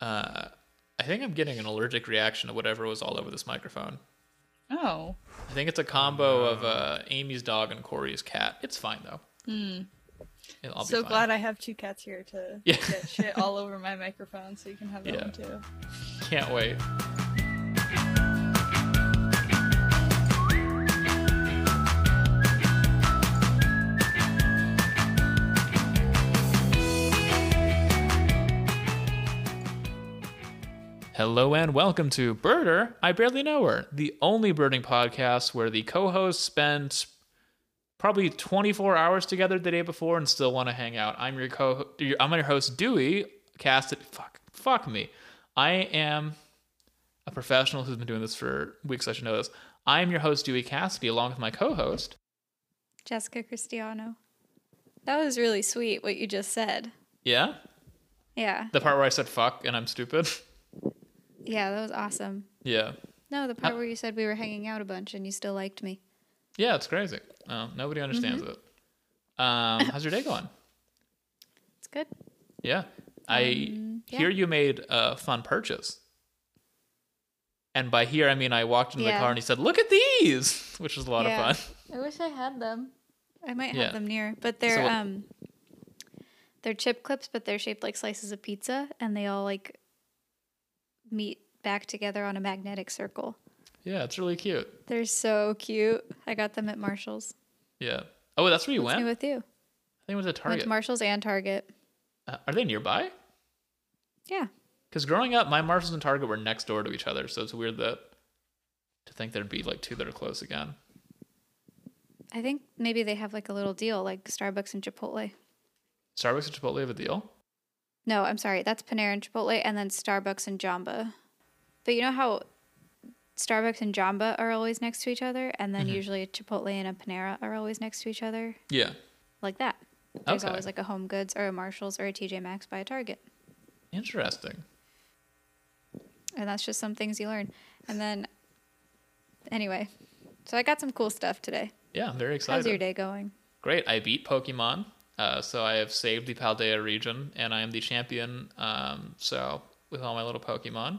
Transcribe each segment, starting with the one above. Uh, I think I'm getting an allergic reaction to whatever was all over this microphone. Oh, I think it's a combo of uh, Amy's dog and Corey's cat. It's fine though. Mm. I'll be so fine. glad I have two cats here to Yeah. get shit all over my microphone, so you can have that Yeah. one too. Can't wait. Hello and welcome to Birder, I Barely Know Her, the only birding podcast where the co hosts spend probably 24 hours together the day before and still want to hang out. I'm your co your- I'm your host Dewey, cast it fuck fuck me. I am a professional who's been doing this for weeks, I should know this. I am your host Dewey Cassidy along with my co-host. Jessica Cristiano. That was really sweet what you just said. Yeah? Yeah. The part where I said fuck and I'm stupid. Yeah, that was awesome. yeah. No, the Uh, part where you said we were hanging out a bunch and you still liked me. Yeah, it's crazy. Oh, nobody understands it. Um, how's your day going? It's good. Yeah. I Um, yeah. hear you made a fun purchase. And by here, I mean I walked into the Yeah. car and he said, Look at these, which was a lot Yeah. of fun. I wish I had them. I might Yeah. have them near, but they're So what- um they're chip clips but they're shaped like slices of pizza and they all like meet back together on a magnetic circle. Yeah, it's really cute. They're so cute. I got them at Marshalls. Yeah. Oh, that's where you Same went? with you. I think it was at Went Target. to Marshalls and Target. Uh, are they nearby? Yeah. Because growing up, my Marshalls and Target were next door to each other, so it's weird that to think there'd be like two that are close again. I think maybe they have like a little deal like Starbucks and Chipotle. Starbucks and Chipotle have a deal. No, I'm sorry. That's Panera and Chipotle, and then Starbucks and Jamba. But you know how Starbucks and Jamba are always next to each other, and Mm-hmm. then usually a Chipotle and a Panera are always next to each other, Yeah. like that. There's Okay. always like a Home Goods or a Marshalls or a TJ Maxx by a Target, Interesting. and that's just some things you learn. And then, anyway, so I got some cool stuff today. Yeah, I'm very excited. How's your day going? Great. I beat Pokemon. Uh, so I have saved the Paldea region, and I am the champion. Um, so with all my little Pokemon.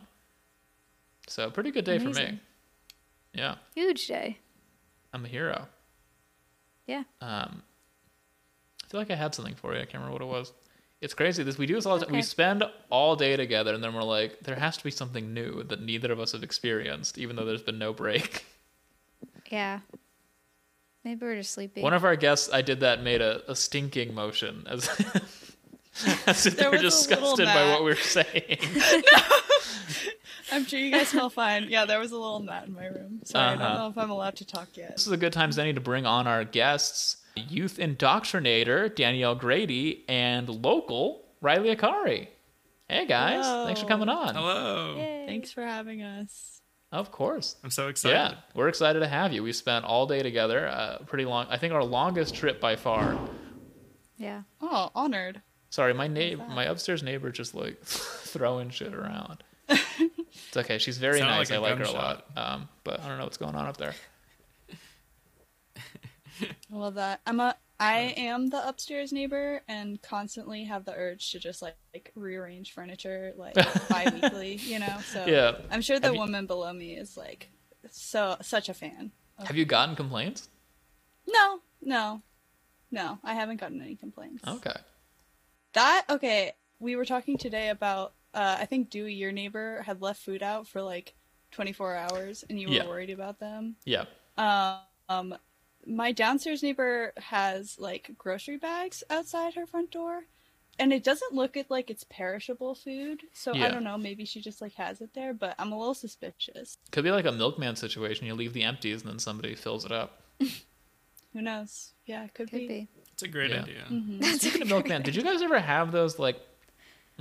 So pretty good day for me. Amazing. Yeah, Huge day. I'm a hero. Yeah. Um, I feel like I had something for you. I can't remember what it was. It's crazy. This we do this all the time. We Okay. spend all day together, and then we're like, there has to be something new that neither of us have experienced, even though there's been no break. Yeah. Maybe we're just sleepy. One of our guests, I did that, made a, a stinking motion as, as if they There were was a little disgusted by gnat. what we were saying. I'm sure you guys smell fine. Yeah, there was a little gnat in my room. Sorry, I Uh-huh. don't know if I'm allowed to talk yet. this is a good time, Zenny, to bring on our guests, youth indoctrinator Danielle Grady and local Riley Akari. Hey guys, thanks for Hello. coming on. Hello. Yay. Thanks for having us. Of course. I'm so excited. Yeah, we're excited to have you. We spent all day together, uh, pretty long. I think our longest trip by far. Yeah. Oh, honored. Sorry, my neighbor, my upstairs neighbor, just like throwing shit around. it's okay. She's very Sounded nice. like a I like her a lot. gunshot. Um, but I don't know what's going on up there. I love that. I'm a I am the upstairs neighbor and constantly have the urge to just like, like rearrange furniture like bi-weekly, you know. So Oh. Yeah. I'm sure the Have you- woman below me is like so such a fan. Oh. Have you gotten complaints? No, no. No, I haven't gotten any complaints. Okay. That okay, we were talking today about uh I think Dewey your neighbor had left food out for like 24 hours and you were Yeah. worried about them. Yeah. Um, my downstairs neighbor has like grocery bags outside her front door, and it doesn't look it like it's perishable food. So Yeah. I don't know. Maybe she just like has it there, but I'm a little suspicious. Could be like a milkman situation. You leave the empties and then somebody fills it up. Who knows? Yeah, it could, Could be. Mm-hmm. be. It's a great Yeah. idea. Mm-hmm. Speaking of milkman, did you guys ever have those like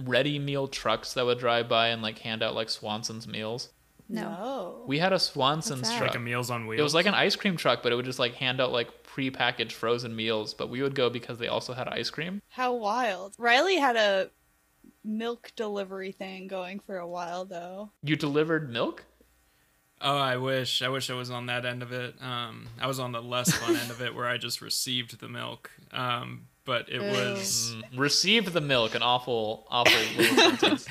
ready meal trucks that would drive by and like hand out like Swanson's meals? No. We had a Swanson's What's that? truck. Like a Meals on Wheels. It was like an ice cream truck, but it would just like hand out like prepackaged frozen meals. But we would go because they also had ice cream. How wild! Riley had a milk delivery thing going for a while though. You delivered milk? Oh, I wish. I wish I was on that end of it. Um, I was on the less fun end of it where I just received the milk. Um, but it Ew. was Mm, Received the milk, an awful, awful little sentence.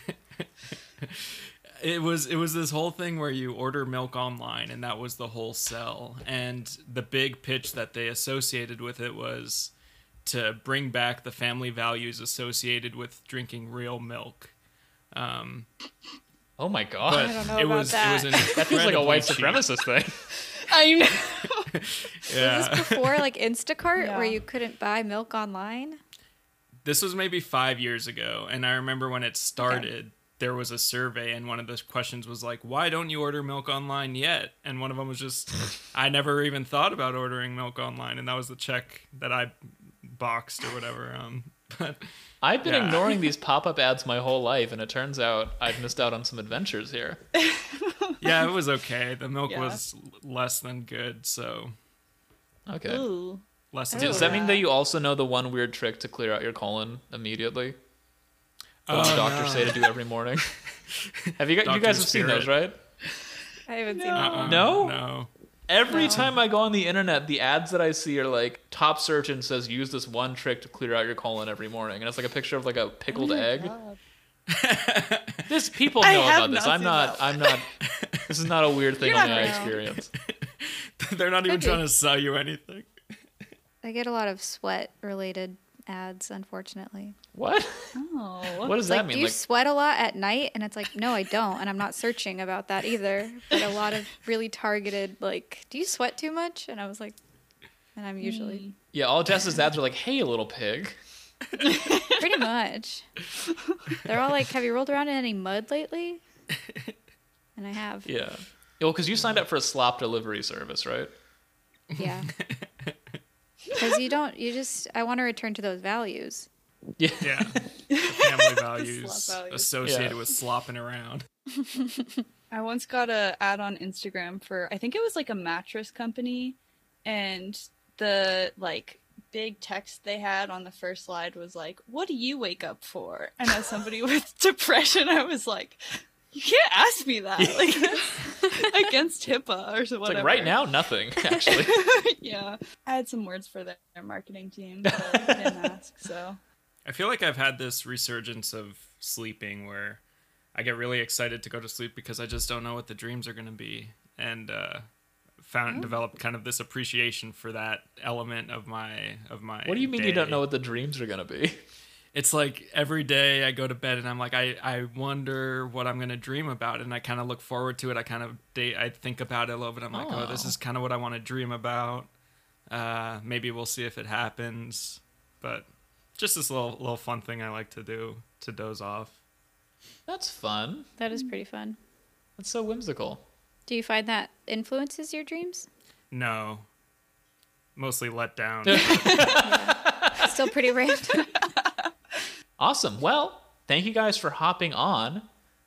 it was it was this whole thing where you order milk online and that was the whole sell and the big pitch that they associated with it was to bring back the family values associated with drinking real milk um Oh my but god. don't know it about was it was that. an That feels like a incredibly white cheap- supremacist thing. I know. Was yeah this before like Instacart Yeah. where you couldn't buy milk online? this was maybe five years ago and i remember when it started there was a survey and one of the questions was like why don't you order milk online yet and one of them was just i never even thought about ordering milk online and that was the check that i boxed or whatever um but I've been Yeah. ignoring these pop up ads my whole life, and it turns out I've missed out on some adventures here. yeah it was okay the milk Yeah. was l- less than good so Okay. Ooh. less than Dude, Does Oh, that mean yeah. that you also know the one weird trick to clear out your colon immediately? That Uh, Oh, the doctors say to do every morning. have you guys? You Dr. guys have seen those, right? I haven't No. seen that. Uh-uh, No? no Every time I go on the internet, the ads that I see are like top search and says use this one trick to clear out your colon every morning, and it's like a picture of like a pickled egg. This people know I have about this. not I'm seen not. that I'm not. This is not a weird thing You're only not I real. experience. they're not even Could be. trying to sell you anything I get a lot of sweat related ads, unfortunately. What? Oh. What does It's that like, do mean? you Like, sweat a lot at night? And it's like, no, I don't. And I'm not searching about that either. But a lot of really targeted, like, do you sweat too much? And I was like, and I'm usually yeah, all Jess's ads are like, "Hey, little pig." pretty much. They're all like, have you rolled around in any mud lately? And I have. Yeah. Yeah. Well, because you signed up for a slop delivery service, right? Because you don't, you just, I want to return to those values. Yeah. yeah The family values Slop values. associated Yeah. with slopping around I once got a ad on Instagram for I think it was like a mattress company and the like big text they had on the first slide was like, What do you wake up for? And as somebody with depression, I was like, You can't ask me that. Like that's against HIPAA or so It's whatever. like right now, nothing actually. yeah. I had some words for their their marketing team, but I didn't ask, so I feel like I've had this resurgence of sleeping where I get really excited to go to sleep because I just don't know what the dreams are going to be, and uh, Hmm. found developed kind of this appreciation for that element of my of my. what do you mean you don't day. know what the dreams are gonna be? It's like every day I go to bed and I'm like I I wonder what I'm going to dream about, and I kind of look forward to it. I kind of date I think about it a little bit. I'm like, oh, this Oh. is kind of what I want to dream about. Uh, maybe we'll see if it happens, but just this little little fun thing I like to do to doze off. That's fun. That is pretty fun. That's so whimsical. Do you find that influences your dreams? No. Mostly let down. Still pretty random. Awesome. Well, thank you guys for hopping on.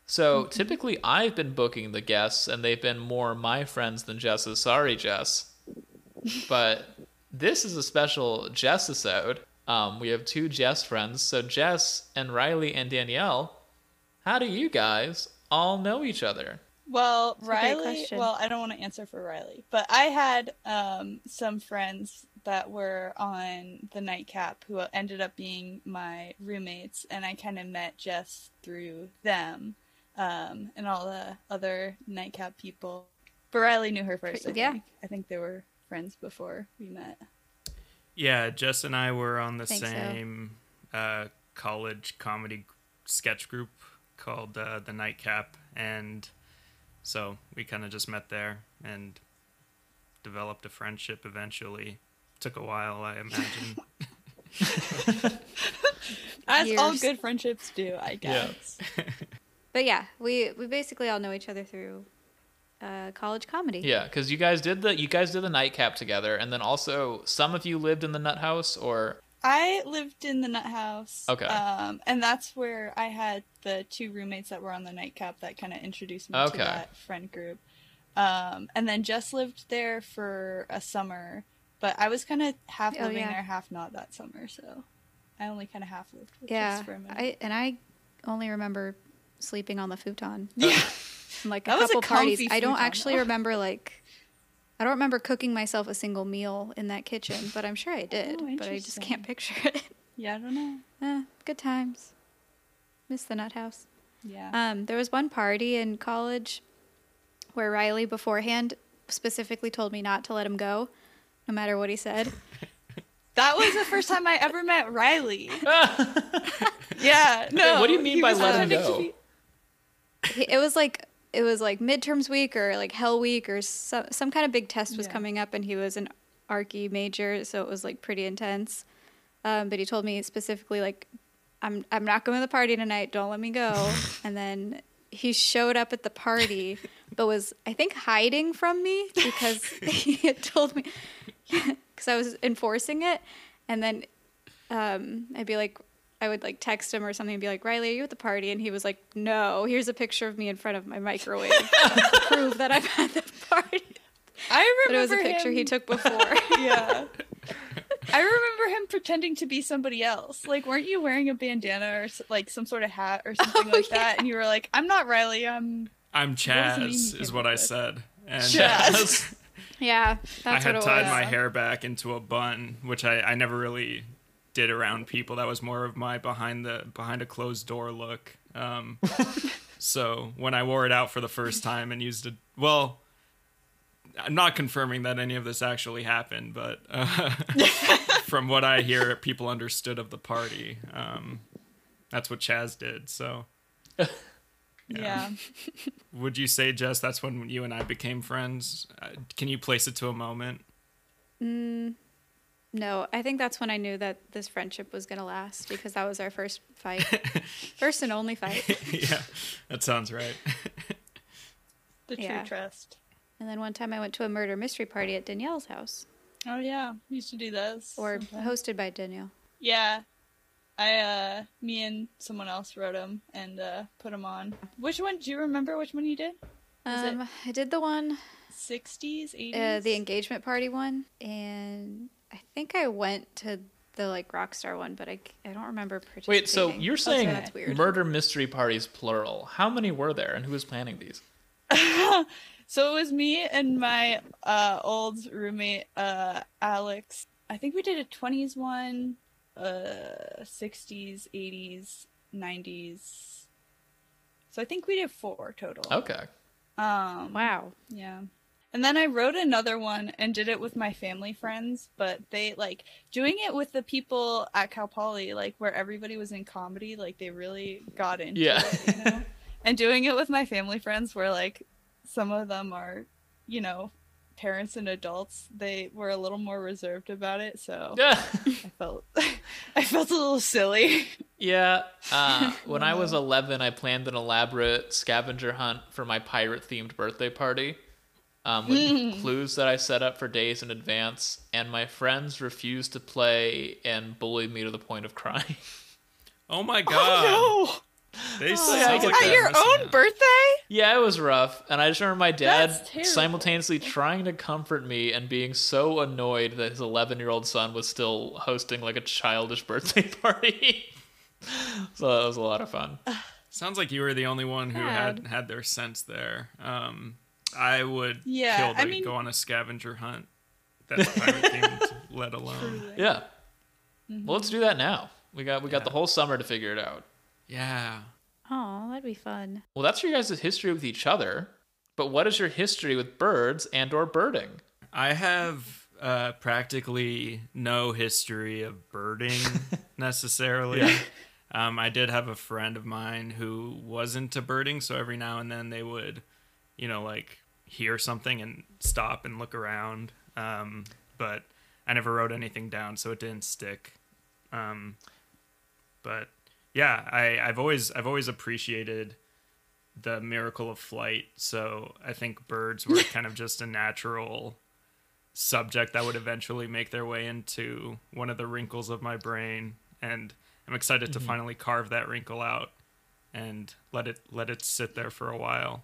So Mm-hmm. typically, I've been booking the guests, and they've been more my friends than Jess's. Sorry, Jess. But this is a special Jess episode. Um, we have two Jess friends. So Jess and Riley and Danielle, how do you guys all know each other? Well, a great Riley. question. Well, I don't want to answer for Riley, but I had um, some friends that were on the nightcap who ended up being my roommates, and I kind of met Jess through them um, and all the other nightcap people. But Riley knew her first. I Yeah. think. I think they were friends before we met. yeah, Jess and I were on the Think so. same uh, college comedy sketch group called uh, The Nightcap. And so we kind of just met there and developed a friendship eventually. Took a while, I imagine. As all Years. good friendships do, I Yeah. guess. But yeah, we we basically all know each other through uh, college comedy. Yeah, because you guys did the you guys did the nightcap together, and then also some of you lived in the nut house, or I lived in the nut house. Okay. Um, and that's where I had the two roommates that were on the nightcap that kind of introduced me Okay. to that friend group. Um, and then Jess lived there for a summer, but I was kind of half Oh, living yeah. there, half not that summer. So I only kind of half lived with yeah. Jess for a minute. I and I only remember sleeping on the futon. yeah. Uh, and, like a That was a couple parties. comfy I don't futon, actually though. remember like I don't remember cooking myself a single meal in that kitchen, but I'm sure I did. but I just Oh, interesting. can't picture it. yeah, I don't know. Eh, good times. Miss the nut house. Yeah. Um, there was one party in college where Riley beforehand specifically told me not to let him go, no matter what he said. That was the first time I ever met Riley. Yeah. No. what do you mean he by was let him having to go? be- He- it was like it was like midterms week or like hell week or so, some kind of big test was Yeah. coming up, and he was an archy major, so it was like pretty intense. Um, but he told me specifically like, "I'm I'm not going to the party tonight. Don't let me go." and then he showed up at the party, but was I think hiding from me because he had told me because I was enforcing it, and then um, I'd be like, I would like text him or something and be like, Riley, are you at the party? And he was like, No, here's a picture of me in front of my microwave to prove that I'm at the party. I But it was remember a picture he him- took before. Yeah. I remember him pretending to be somebody else. Like, weren't you wearing a bandana or s- like some sort of hat or something like that? And you were like, "I'm not Riley. I'm." I'm does it mean Chaz, you is can what I look? said. And Chaz. yeah, I that's had what it tied was. my hair back into a bun, which I, I never really did around people. That was more of my behind the behind a closed door look. Um, so when I wore it out for the first time and used it, well, I'm not confirming that any of this actually happened, but uh, from what I hear, people understood of the party. Um, that's what Chaz did. So Yeah. would you say, Jess, that's when you and I became friends? Uh, can you place it to a moment? No, I think that's when I knew that this friendship was going to last because that was our first fight. first and only fight. yeah, that sounds right. The true Yeah. trust. And then one time I went to a murder mystery party at Danielle's house Oh yeah, we used to do those. or sometimes. hosted by Danielle. yeah, I uh, me and someone else wrote them and uh, put them on. Which one? Do you remember which one you did? Was it- Um, I did the one Sixties, eighties. uh, the engagement party one, and I think I went to the like rock star one, but I, I don't remember participating. Wait, so you're Also, saying Oh, that's weird. murder mystery parties plural. How many were there and who was planning these? So it was me and my uh, old roommate uh, Alex. I think we did a twenties one, uh, sixties, eighties, nineties. So I think we did four total. Okay. Um, wow, Yeah. And then I wrote another one and did it with my family friends, but they like doing it with the people at Cal Poly, like where everybody was in comedy, like they really got into Yeah. it, you know? and doing it with my family friends, where like some of them are, you know, parents and adults, they were a little more reserved about it, so Yeah. I felt I felt a little silly. Yeah. Uh, when I was 11, I planned an elaborate scavenger hunt for my pirate themed birthday party um, with clues that I set up for days in advance, and my friends refused to play and bullied me to the point of crying. Oh my god! Oh They yeah, sound I like no! At they're your missing own out. birthday? yeah, it was rough. And I just remember my dad That's terrible. simultaneously trying to comfort me and being so annoyed that his 11 year old son was still hosting like a childish birthday party. so that was a lot of fun. Sounds like you were the only one who had Sad. had their sense there. Um, I would Yeah, kill to I mean- go on a scavenger hunt. That's pirate themed, let alone. Yeah. Mm-hmm. Well, let's do that now. We got we got the whole summer to figure it out. Yeah. oh that'd be fun. Well, that's your guys' history with each other. But what is your history with birds and or birding? I have uh, practically no history of birding necessarily. Um, I did have a friend of mine who was into birding, so every now and then they would, you know, like hear something and stop and look around. Um, but I never wrote anything down, so it didn't stick. Um, but yeah, I, I've always I've always appreciated the miracle of flight. So I think birds were kind of just a natural subject that would eventually make their way into one of the wrinkles of my brain and I'm excited Mm-hmm. to finally carve that wrinkle out and let it let it sit there for a while.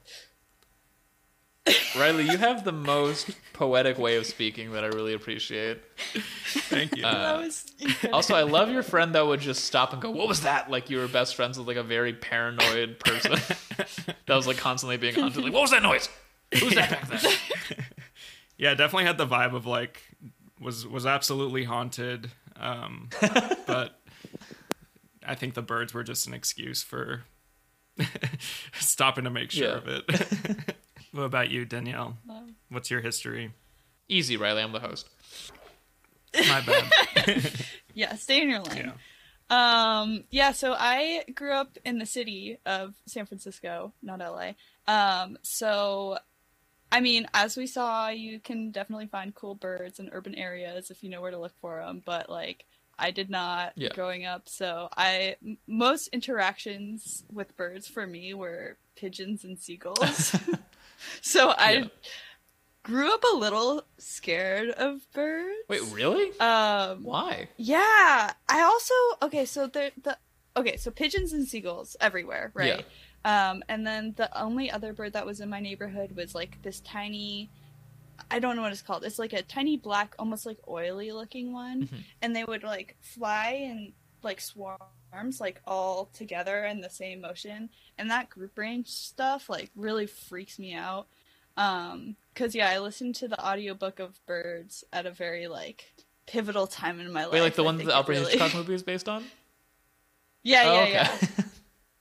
Riley, you have the most poetic way of speaking that I really appreciate. Thank you. That was incredible. Also, I love your friend that would just stop and go, "What was that?" Like you were best friends with like a very paranoid person that was like constantly being hunted. Like, "What was that noise? Who's that back there?" yeah, definitely had the vibe of like was was absolutely haunted. Um but I think the birds were just an excuse for stopping to make sure Yeah. of it. what about you, Danielle? Um, What's your history? Easy, Riley. I'm the host. My bad. yeah, stay in your lane. yeah. Um, yeah, so I grew up in the city of San Francisco, not LA. Um, so I mean, as we saw, you can definitely find cool birds in urban areas if you know where to look for them, but like I did not Yeah. growing up, so I m- most interactions with birds for me were pigeons and seagulls. so I Yeah. grew up a little scared of birds. Wait, really? Um Why? yeah, I also okay. So the the okay. So pigeons and seagulls everywhere, right? Um, and then the only other bird that was in my neighborhood was like this tiny. I don't know what it's called. It's like a tiny black, almost like oily looking one, Mhm. and they would like fly in like swarms, like all together in the same motion. And that group range stuff like really freaks me out. Um, cause yeah, I listened to the audiobook of Birds at a very like pivotal time in my life. Wait, like the Oh, I one that think the it Alfred really- Hitchcock movie is based on? yeah, yeah, oh, okay. yeah.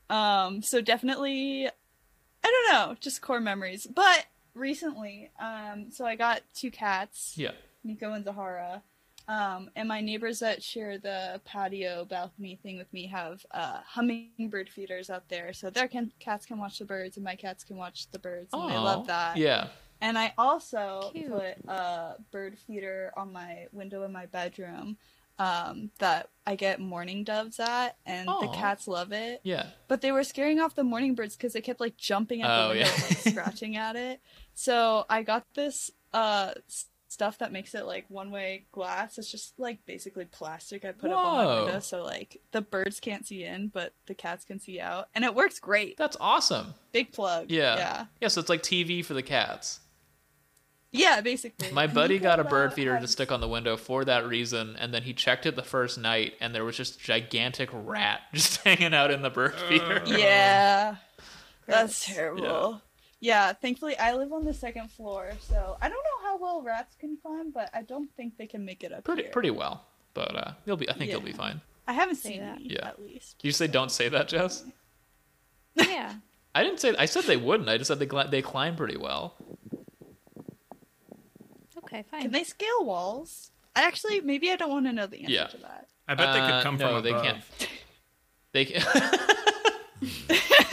Um, so definitely, I don't know, just core memories. But recently, um, so I got two cats, yeah. Nico and Zahara. Um, and my neighbors that share the patio balcony thing with me have uh, hummingbird feeders out there, so their can- cats can watch the birds, and my cats can watch the birds, and I Aw. love that. Yeah. And I also Cute. put a bird feeder on my window in my bedroom um, that I get mourning doves at, and the Aw. cats love it. Yeah. But they were scaring off the morning birds because they kept like jumping at Oh, the window yeah. and like, scratching at it. So I got this uh, s- stuff that makes it like one way glass. It's just like basically plastic I put up on my Whoa. window so like the birds can't see in, but the cats can see out. And it works great. That's awesome. Big plug. Yeah. Yeah. Yeah, so it's like TV for the cats. Yeah, basically. My And buddy Nico got a now bird feeder to has- stick on the window for that reason, and then he checked it the first night, and there was just gigantic rat just hanging out in the bird Uh. feeder. Ugh. Yeah. That's Gross. terrible. Yeah. thankfully I live on the second floor, so I don't know how well rats can climb, but I don't think they can make it up Pretty here. pretty well, but uh, you'll be. I think you'll be Yeah. fine. I haven't Say seen that. any, Yeah. at least. Did you say don't say that, Jess? Yeah. I didn't say. I said they wouldn't. I just said they gl- they climb pretty well. Okay, fine. Can they scale walls? I actually maybe I don't want to know the answer Yeah. to that. I bet they Uh, could come no, from they above. can't. They can.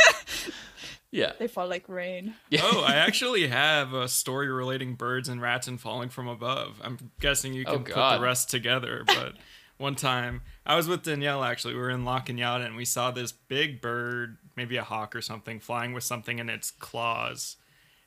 yeah. They fall like rain. yeah. oh, I actually have a story relating birds and rats and falling from above. I'm guessing you Oh, can put the God. rest together, but one time I was with Danielle actually. We were in La Cañada and we saw this big bird, maybe a hawk or something, flying with something in its claws.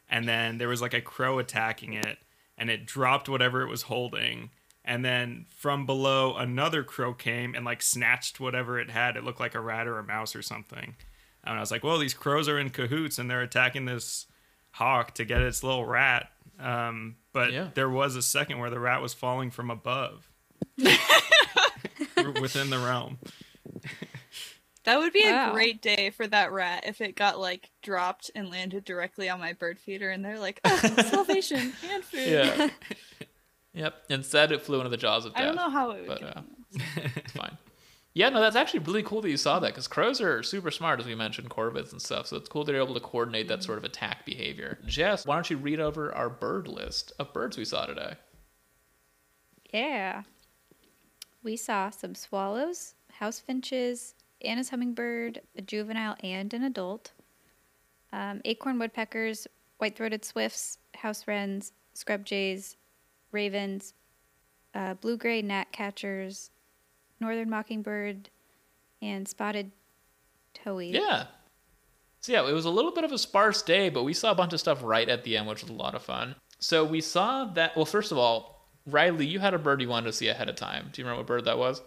And then there was like a crow attacking it and it dropped whatever it was holding. And then from below another crow came and like snatched whatever it had. It looked like a rat or a mouse or something. And I was like, "Well, these crows are in cahoots, and they're attacking this hawk to get its little rat." Um, but Yeah. there was a second where the rat was falling from above, within the realm. That would be Wow. a great day for that rat if it got like dropped and landed directly on my bird feeder and they're like, oh, salvation and food. Yeah. yep. Instead, it flew into the jaws of death. I don't know how it would But get uh, on there. it's fine. Yeah, no, that's actually really cool that you saw that because crows are super smart, as we mentioned, corvids and stuff. So it's cool that you're able to coordinate that sort of attack behavior. Jess, why don't you read over our bird list of birds we saw today? Yeah. We saw some swallows, house finches, Anna's hummingbird, a juvenile and an adult, um, acorn woodpeckers, white throated swifts, house wrens, scrub jays, ravens, uh, blue gray gnatcatchers, northern mockingbird, and spotted towhee. Yeah. So yeah, it was a little bit of a sparse day, but we saw a bunch of stuff right at the end, which was a lot of fun. So we saw that. Well, first of all, Riley, you had a bird you wanted to see ahead of time. Do you remember what bird that was?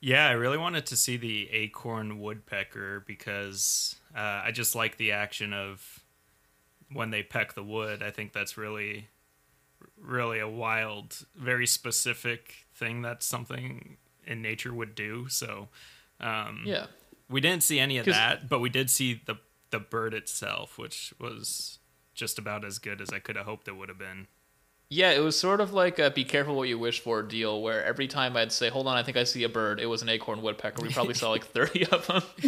Yeah, I really wanted to see the acorn woodpecker because uh, I just like the action of when they peck the wood. I think that's really, really a wild, very specific thing that something in nature would do. So, um, Yeah. we didn't see any of 'Cause- that, but we did see the the bird itself, which was just about as good as I could have hoped it would have been. Yeah, it was sort of like a be careful what you wish for deal where every time I'd say, hold on, I think I see a bird, it was an acorn woodpecker. We probably saw like 30 of them.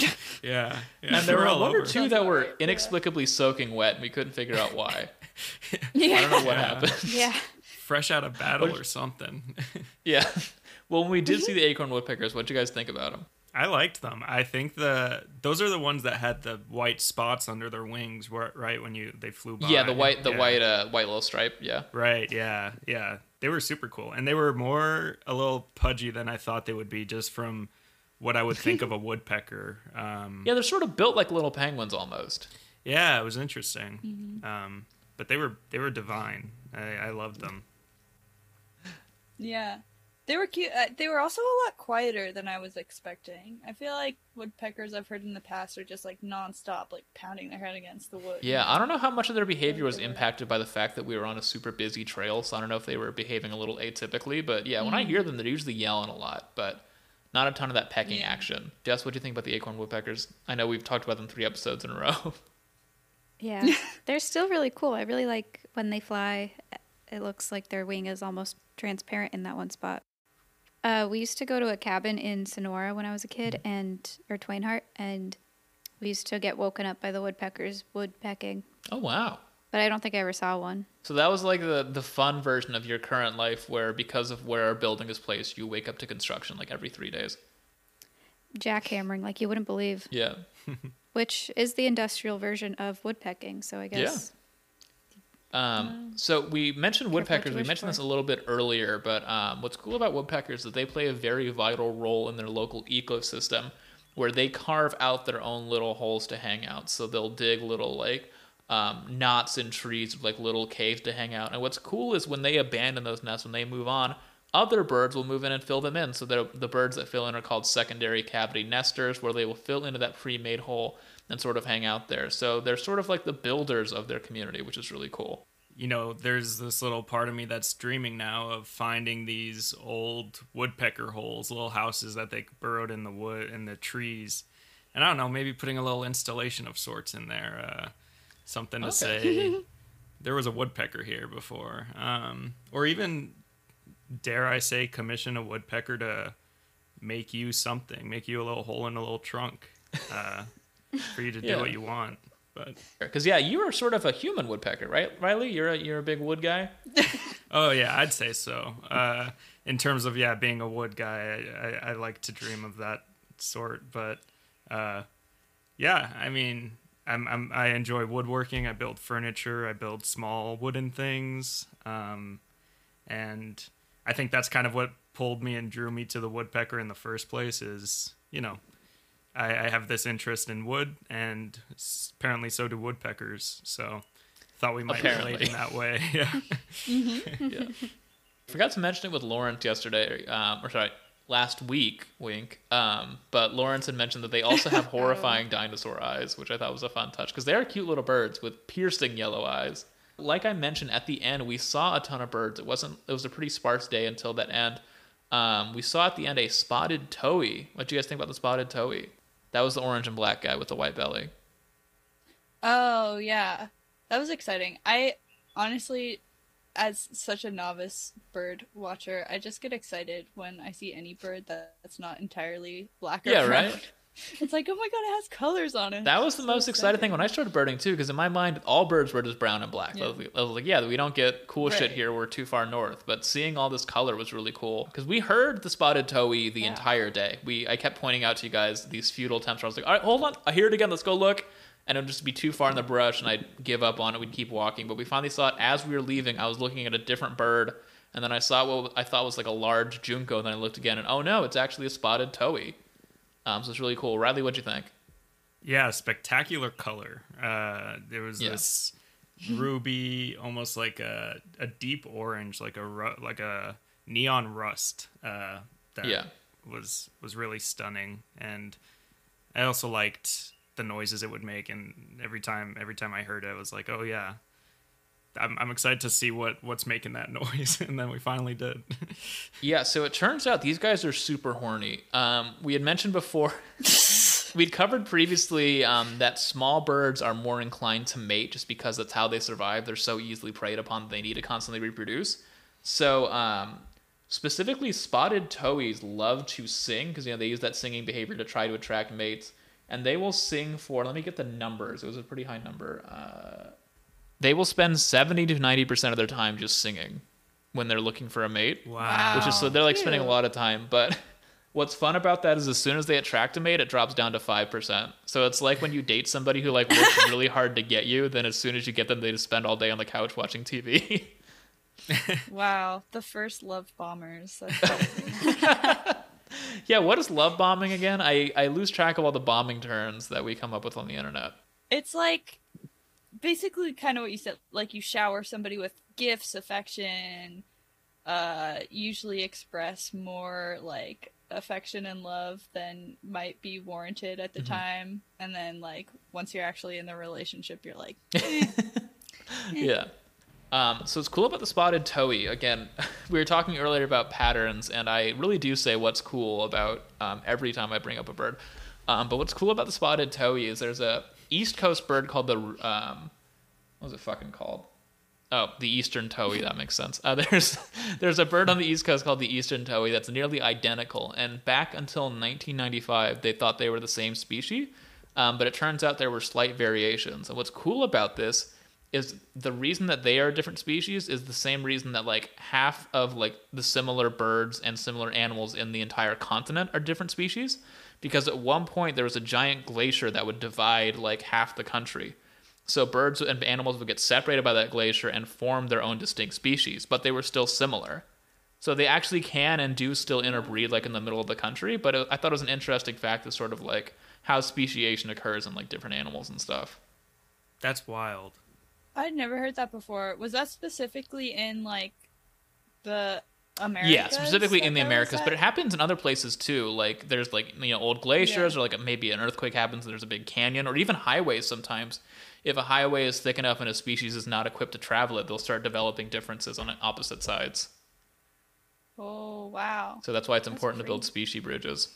Yeah, yeah. And there We're were all one or over. two Sounds that about were right, yeah. inexplicably soaking wet and we couldn't figure out why. I don't know Yeah. what Yeah. happened. Yeah. fresh out of battle or something. Yeah. Well, when we did see the acorn woodpeckers, what'd you guys think about them? I liked them. I think the those are the ones that had the white spots under their wings, where- right when you they flew by. Yeah, the white, the Yeah. white, uh, white little stripe. Yeah. Right. Yeah. Yeah. They were super cool, and they were more a little pudgy than I thought they would be, just from what I would think of a woodpecker. Um, Yeah, they're sort of built like little penguins almost. Yeah, it was interesting. Um, but they were they were divine. I, I loved them. Yeah. They were cute. Uh, they were also a lot quieter than I was expecting. I feel like woodpeckers I've heard in the past are just like nonstop, like pounding their head against the wood. Yeah, I don't know how much of their behavior was impacted by the fact that we were on a super busy trail, so I don't know if they were behaving a little atypically, but yeah, when I hear them, they're usually yelling a lot, but not a ton of that pecking Yeah. action. Jess, what do you think about the acorn woodpeckers? I know we've talked about them three episodes in a row. Yeah. they're still really cool. I really like when they fly. It looks like their wing is almost transparent in that one spot. Uh, we used to go to a cabin in Sonora when I was a kid and or Twainhart and we used to get woken up by the woodpeckers woodpecking. oh, wow. But I don't think I ever saw one. So that was like the, the fun version of your current life where because of where our building is placed, you wake up to construction like every three days. Jackhammering like you wouldn't believe. Yeah. Which is the industrial version of woodpecking, so I guess Um, so we mentioned woodpeckers. you We wish mentioned this for. a little bit earlier, but um, what's cool about woodpeckers is they play a very vital role in their local ecosystem, where they carve out their own little holes to hang out. So they'll dig little like um, knots in trees, like little caves to hang out. And what's cool is when they abandon those nests, when they move on, other birds will move in and fill them in. So the the birds that fill in are called secondary cavity nesters, where they will fill into that pre-made hole and sort of hang out there. So they're sort of like the builders of their community, which is really cool. You know, there's this little part of me that's dreaming now of finding these old woodpecker holes, little houses that they burrowed in the wood in the trees, and I don't know, maybe putting a little installation of sorts in there, uh, something to Okay. say there was a woodpecker here before, um, or even dare I say, commission a woodpecker to make you something, make you a little hole in a little trunk, uh, for you to Yeah. do what you want. But Because yeah, you are sort of a human woodpecker, right, Riley? You're a you're a big wood guy. oh yeah, I'd say so. Uh, in terms of yeah, being a wood guy, I, I, I like to dream of that sort. But uh, yeah, I mean, I'm, I'm I enjoy woodworking. I build furniture. I build small wooden things. Um, and I think that's kind of what pulled me and drew me to the woodpecker in the first place. Is you know. I, I have this interest in wood, and s- apparently so do woodpeckers. So, thought we might relate Apparently. in that way. Yeah. Forgot to mention it with Lawrence yesterday, um, or sorry, last week. Wink. Um, but Lawrence had mentioned that they also have horrifying dinosaur eyes, which I thought was a fun touch because they are cute little birds with piercing yellow eyes. Like I mentioned at the end, we saw a ton of birds. It wasn't. It was a pretty sparse day until that end. Um, we saw at the end a spotted towhee. What do you guys think about the spotted towhee? That was the orange and black guy with the white belly. Oh yeah, that was exciting. I honestly, as such a novice bird watcher, I just get excited when I see any bird that- that's not entirely black or Yeah, brown. right? It's like, oh my god, it has colors on it. That was the So most exciting exciting. thing when I started birding too, because in my mind, all birds were just brown and black. I, Yeah. was, I was like, yeah, we don't get cool shit Right. here. We're too far north. But seeing all this color was really cool because we heard the spotted towhee the Yeah. entire day. We I kept pointing out to you guys these futile attempts. Where I was like, all right, hold on, I hear it again. Let's go look. And it would just be too far in the brush, and I'd give up on it. We'd keep walking, but we finally saw it as we were leaving. I was looking at a different bird, and then I saw what I thought was like a large junco. And then I looked again, and oh no, it's actually a spotted towhee. Um, so it's really cool. Riley, what'd you think? Yeah, spectacular color. Uh, there was Yeah. this ruby, almost like a a deep orange, like a ru- like a neon rust. Uh, that Yeah. was was really stunning, and I also liked the noises it would make. And every time every time I heard it, I was like, oh yeah. I'm, I'm excited to see what, what's making that noise, and then we finally did. Yeah, so it turns out these guys are super horny. Um, we had mentioned before We'd covered previously um, that small birds are more inclined to mate just because that's how they survive. They're so easily preyed upon, they need to constantly reproduce. So, um, specifically, spotted towies love to sing because you know they use that singing behavior to try to attract mates, and they will sing for. Let me get the numbers. It was a pretty high number. Uh, they will spend seventy to ninety percent of their time just singing when they're looking for a mate Wow. which is so they're like spending a Cute. lot of time. But what's fun about that is as soon as they attract a mate, it drops down to five percent. So it's like when you date somebody who like works really hard to get you, then as soon as you get them, they just spend all day on the couch watching TV. Wow, the first love bombers. That's- yeah, what is love bombing again? I I lose track of all the bombing terms that we come up with on the internet. it's like basically kind of what you said. Like you shower somebody with gifts, affection. Uh, usually express more like affection and love than might be warranted at the Mhm. time, and then like once you're actually in the relationship, you're like, yeah. Um, so it's cool about the spotted towie. Again, we were talking earlier about patterns, and I really do say what's cool about um, every time I bring up a bird. Um, but what's cool about the spotted towie is there's a East Coast bird called the um, what was it fucking called? Oh, the Eastern Towhee. That makes sense. Uh, there's there's a bird on the East Coast called the Eastern Towhee that's nearly identical. And back until 1995, they thought they were the same species, um, but it turns out there were slight variations. And what's cool about this is the reason that they are a different species is the same reason that like half of like the similar birds and similar animals in the entire continent are different species, because at one point there was a giant glacier that would divide like half the country. So birds and animals would get separated by that glacier and form their own distinct species, but they were still similar. So they actually can and do still interbreed, like in the middle of the country. But it, I thought it was an interesting fact that sort of like how speciation occurs in like different animals and stuff. That's wild. I'd never heard that before. Was that specifically in like the Americas? yeah, specifically in the that that was Americas, but at? it happens in other places too. Like there's like you know old glaciers, Yeah. or like maybe an earthquake happens and there's a big canyon, or even highways. Sometimes, if a highway is thick enough and a species is not equipped to travel it, they'll start developing differences on opposite sides. oh wow. So that's why it's That's important to build crazy. species bridges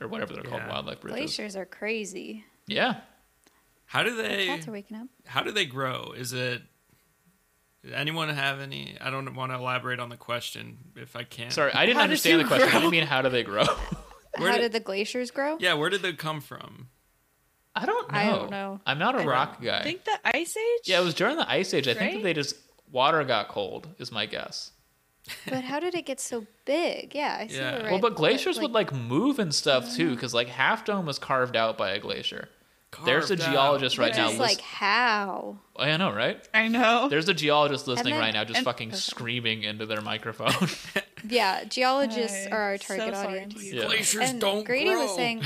or whatever they're called, Yeah. wildlife bridges. Glaciers are crazy. Yeah. How do The they cats are waking up. how do they grow? Is it does anyone have any I don't want to elaborate on the question if I can. Sorry, I didn't How does understand the you question. What do grow? you mean how do they grow? Where How did- did the glaciers grow? Yeah, where did they come from? I don't know. I don't know. I'm not a I don't rock guy. I think the Ice Age. yeah, it was during the ice age. I think that Right? they just water got cold is my guess. But how did it get so big? Yeah, I see. Yeah. Right. Well, but glaciers would like move and stuff too cuz like Half Dome was carved out by a glacier. There's a Carved out. geologist right which now. is list- like how? Oh, yeah, I know, right? I know. There's a geologist listening then- right now just and- fucking okay. screaming into their microphone. Yeah, geologists I- are our so sorry target to audience. you. Yeah. Glaciers And don't Grady was grow. saying-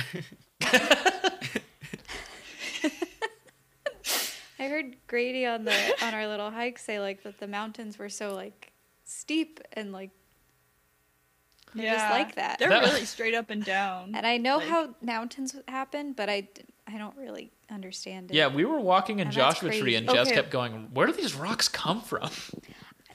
I heard Grady on the on our little hike say like that the mountains were so like steep and like I just like that. They're That- really straight up and down. and I know Like- how mountains happen, but I d- I don't really understand it. yeah, we were walking in And that's Joshua Tree and crazy. Jess Okay. kept going, "Where do these rocks come from?"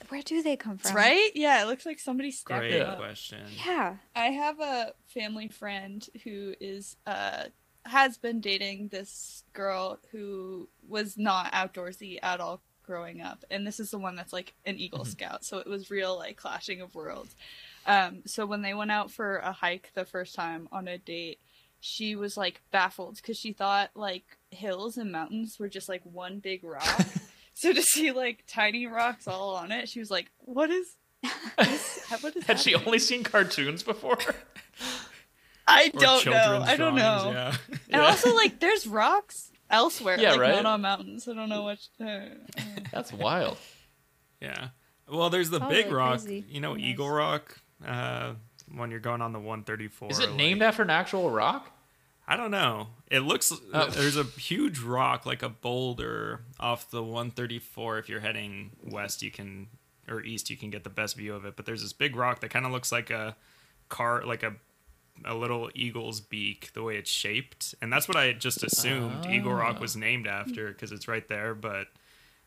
Where do they come from? right? Yeah, it looks like somebody stacked Great it Yeah. up. question. Yeah. I have a family friend who is uh has been dating this girl who was not outdoorsy at all growing up, and this is the one that's like an Eagle Mm-hmm. Scout, so it was real like clashing of worlds. Um, so when they went out for a hike the first time on a date, she was like baffled because she thought like hills and mountains were just like one big rock. so to see like tiny rocks all on it, she was like, "What is?" What is Had she happening?" only seen cartoons before? I Or don't know. children's I don't drawings, know. yeah. And also, like, there's rocks elsewhere, Yeah, like right? not on mountains. I don't know what. Uh, That's wild. Yeah. Well, there's the Oh, big they're rock, crazy. you know, Who Eagle knows? Rock, uh, when you're going on the 134. Is it like- named after an actual rock? I don't know. It looks Oh. there's a huge rock like a boulder off the 134 if you're heading west you can or east you can get the best view of it, but there's this big rock that kind of looks like a car like a a little eagle's beak the way it's shaped. And that's what I had just assumed Eagle Rock was named after cuz it's right there, but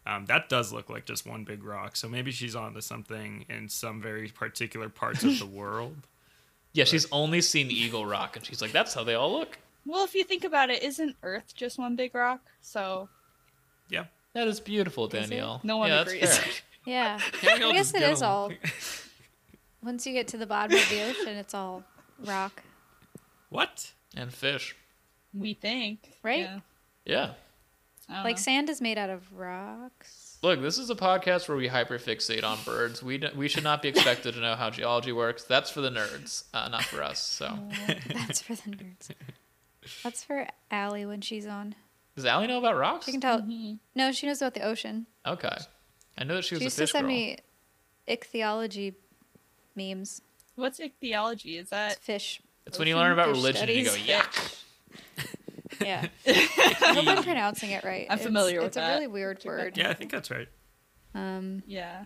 um, that does look like just one big rock. So maybe she's onto something in some very particular parts of the world. Yeah, she's only seen Eagle Rock, and she's like, "That's how they all look." Well, if you think about it, isn't Earth just one big rock? So Yeah. That is beautiful, Is it? Danielle. no one yeah, agrees. That's fair. Yeah. Can't we all I guess just it get is all. along? Once you get to the bottom of the ocean, it's all rock, What? and fish. we think, Right? Yeah. Yeah. I don't like know. sand is made out of rocks. Look, this is a podcast where we hyperfixate on birds. We d- we should not be expected to know how geology works. That's for the nerds, uh, not for us. So, Mm. That's for the nerds. That's for Allie when she's on. does Allie know about rocks? She can tell. Mm-hmm. No, she knows about the ocean. Okay, I know that she was She a used to fish send girl. me ichthyology memes. what's ichthyology? Is It's that fish. It's when you learn about fish religion and you studies. go, yeah. Yeah. I hope I'm pronouncing it right. I'm It's- familiar with It's a that. really weird word. Yeah, I think that's right. Um, Yeah.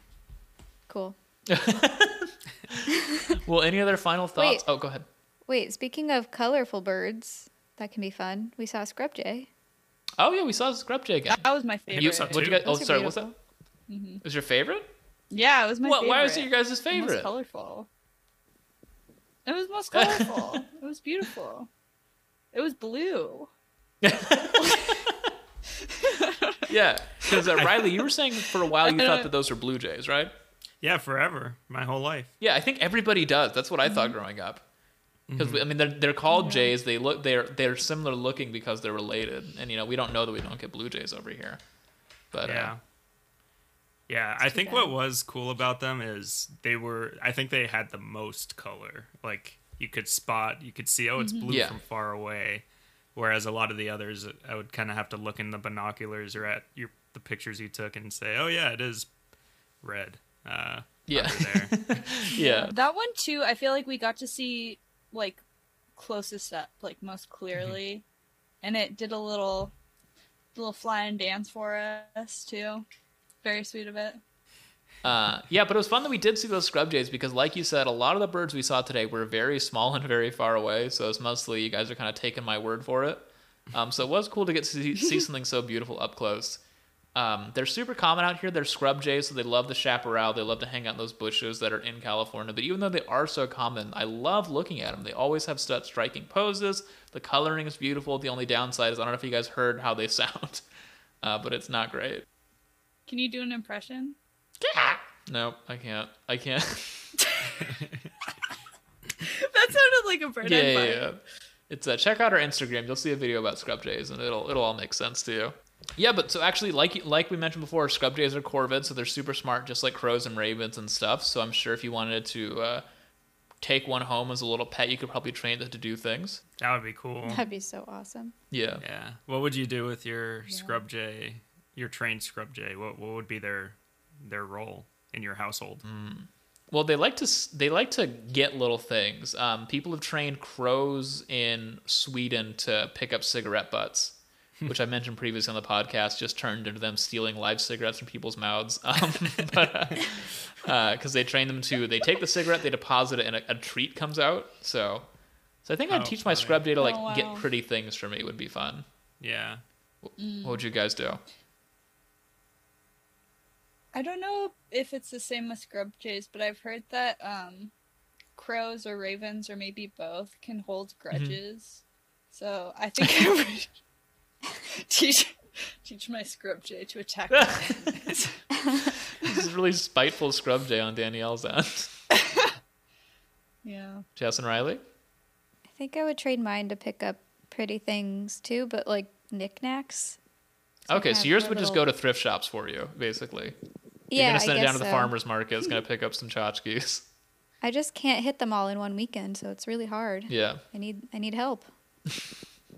cool. Well, any other final thoughts? Wait. Oh, go ahead. Wait, speaking of colorful birds, that can be fun. We saw Scrub Jay. Oh yeah, we saw Scrub Jay again. That was my favorite. Mm-hmm. You, saw what'd you two. guys? Oh, Those are sorry. What's that? beautiful. It was your favorite? yeah, it was my What? favorite. Why was it your guys' It was favorite? Most colorful. It was most colorful. it was beautiful. It was blue. Yeah, because uh, Riley, you were saying for a while you I thought don't- that those were Blue Jays, right? Yeah, forever. My whole life. Yeah, I think everybody does. That's what I thought growing up. Because I mean, they're they're called jays. They look they're they're similar looking because they're related, and you know we don't know that we don't get blue jays over here. But Yeah. uh, Yeah, I think bad. what was cool about them is they were I think they had the most color. Like you could spot, you could see oh it's blue Yeah. from far away. Whereas a lot of the others I would kind of have to look in the binoculars or at your the pictures you took and say, "Oh yeah, it is red." Uh yeah, over there. yeah, That one too. I feel like we got to see like closest up, like most clearly, and it did a little, little fly and dance for us too. Very sweet of it. uh, yeah. But it was fun that we did see those scrub jays because, like you said, a lot of the birds we saw today were very small and very far away. So it's mostly you guys are kind of taking my word for it. Um, so it was cool to get to see, see something so beautiful up close. Um, they're super common out here. They're scrub jays, so they love the chaparral. They love to hang out in those bushes that are in California. But even though they are so common, I love looking at them. They always have such striking poses. The coloring is beautiful. The only downside is I don't know if you guys heard how they sound, uh, but it's not great. Can you do an impression? Nope, I can't. I can't. that sounded like a bird. yeah, yeah, yeah. It's uh, check out our Instagram. You'll see a video about scrub jays, and it'll it'll all make sense to you. Yeah, but so actually, like like we mentioned before, scrub jays are corvids, so they're super smart, just like crows and ravens and stuff. So I'm sure if you wanted to uh, take one home as a little pet, you could probably train it to do things. that would be cool. That'd be so awesome. Yeah. Yeah. What would you do with your scrub jay, your trained scrub jay? What what would be their their role in your household? Well, they like to s- they like to get little things. Um, people have trained crows in Sweden to pick up cigarette butts, which I mentioned previously on the podcast. Just turned into them stealing live cigarettes from people's mouths. Um, but because uh, uh 'cause they train them to, they take the cigarette, they deposit it, and a, a treat comes out. So, so I think How I'd teach my funny. scrub day to like Oh, wow. get pretty things for me would be fun. Yeah. Hmm. What would you guys do? I don't know if it's the same with scrub jays, but I've heard that um, crows or ravens or maybe both can hold Mm-hmm. grudges. So I think I would teach teach my scrub jay to attack. me. This is really spiteful scrub day on Danielle's end. yeah. Jess and Riley. I think I would trade mine to pick up pretty things too, but like knickknacks. I Okay, have so yours a would just go little- to thrift shops for you, basically. You're yeah, gonna send it I guess down to the so. farmer's market. It's gonna pick up some tchotchkes. I just can't hit them all in one weekend, so it's really hard. Yeah. I need I need help.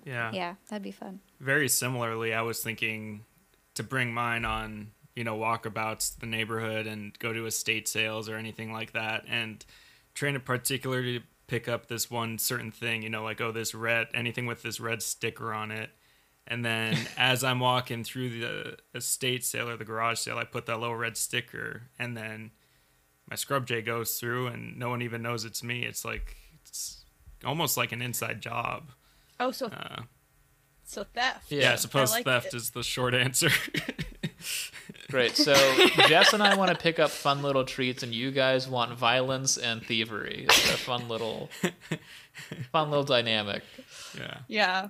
Yeah. Yeah, that'd be fun. Very similarly, I was thinking to bring mine on, you know, walkabouts the neighborhood and go to estate sales or anything like that and train in particular to pick up this one certain thing, you know, like oh this red anything with this red sticker on it. And then as I'm walking through the estate sale or the garage sale, I put that little red sticker and then my scrub jay goes through and no one even knows it's me. It's like it's almost like an inside job. Oh, so Uh, so theft. Yeah. yeah, I suppose I like theft it. is the short answer. Great. So Jess and I want to pick up fun little treats, and you guys want violence and thievery. It's a fun little, fun little dynamic. Yeah. Yeah.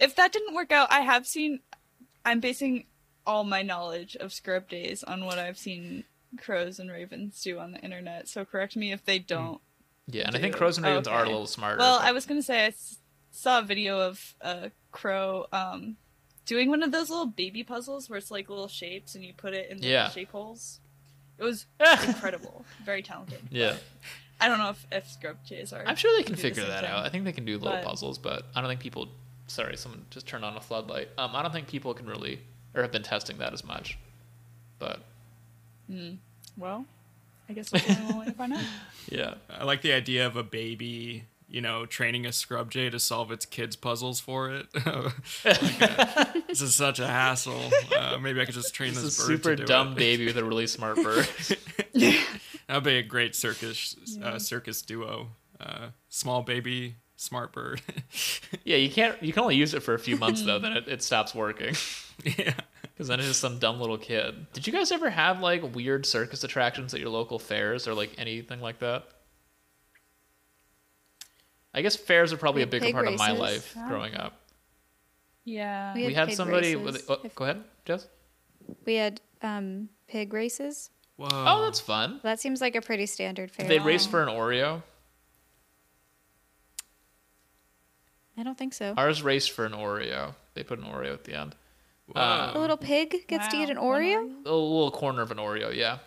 If that didn't work out, I have seen. I'm basing all my knowledge of Scrub Days on what I've seen crows and ravens do on the internet. So correct me if they don't. Yeah, and I think Dude, crows and ravens are a okay. little smarter. Well, but- I was gonna say I s- saw a video of a crow um, doing one of those little baby puzzles where it's like little shapes and you put it in the Yeah. shape holes. It was incredible. Very talented. yeah, I don't know if, if Scrub Days are. I'm sure they can do the figure same that thing. out. I think they can do little But- puzzles, but I don't think people. Sorry, someone just turned on a floodlight. Um, I don't think people can really or have been testing that as much. But Well, I guess that's the only way to find out. yeah, I like the idea of a baby, you know, training a scrub jay to solve its kids' puzzles for it. Like, uh, this is such a hassle. Uh, maybe I could just train this this, is bird to super do dumb it. baby with a really smart bird. That'd be a great circus uh, circus duo. Uh, small baby, smart bird. yeah, you can't. You can only use it for a few months though. Then it, it stops working yeah. because then it's just some dumb little kid. Did you guys ever have like weird circus attractions at your local fairs or like anything like that? I guess fairs are probably Like a bigger pig part of my races. life growing up. Yeah. We We had pig somebody. races. With, oh, go ahead, Jess. We had um, pig races. Whoa. Uh, Oh, that's fun. That seems like a pretty standard fair. Did they race for an Oreo? Oh. I don't think so. Ours raced for an Oreo. They put an Oreo at the end. Whoa. uh, The little pig gets to eat an Wow, one Oreo? A little corner of an Oreo, yeah.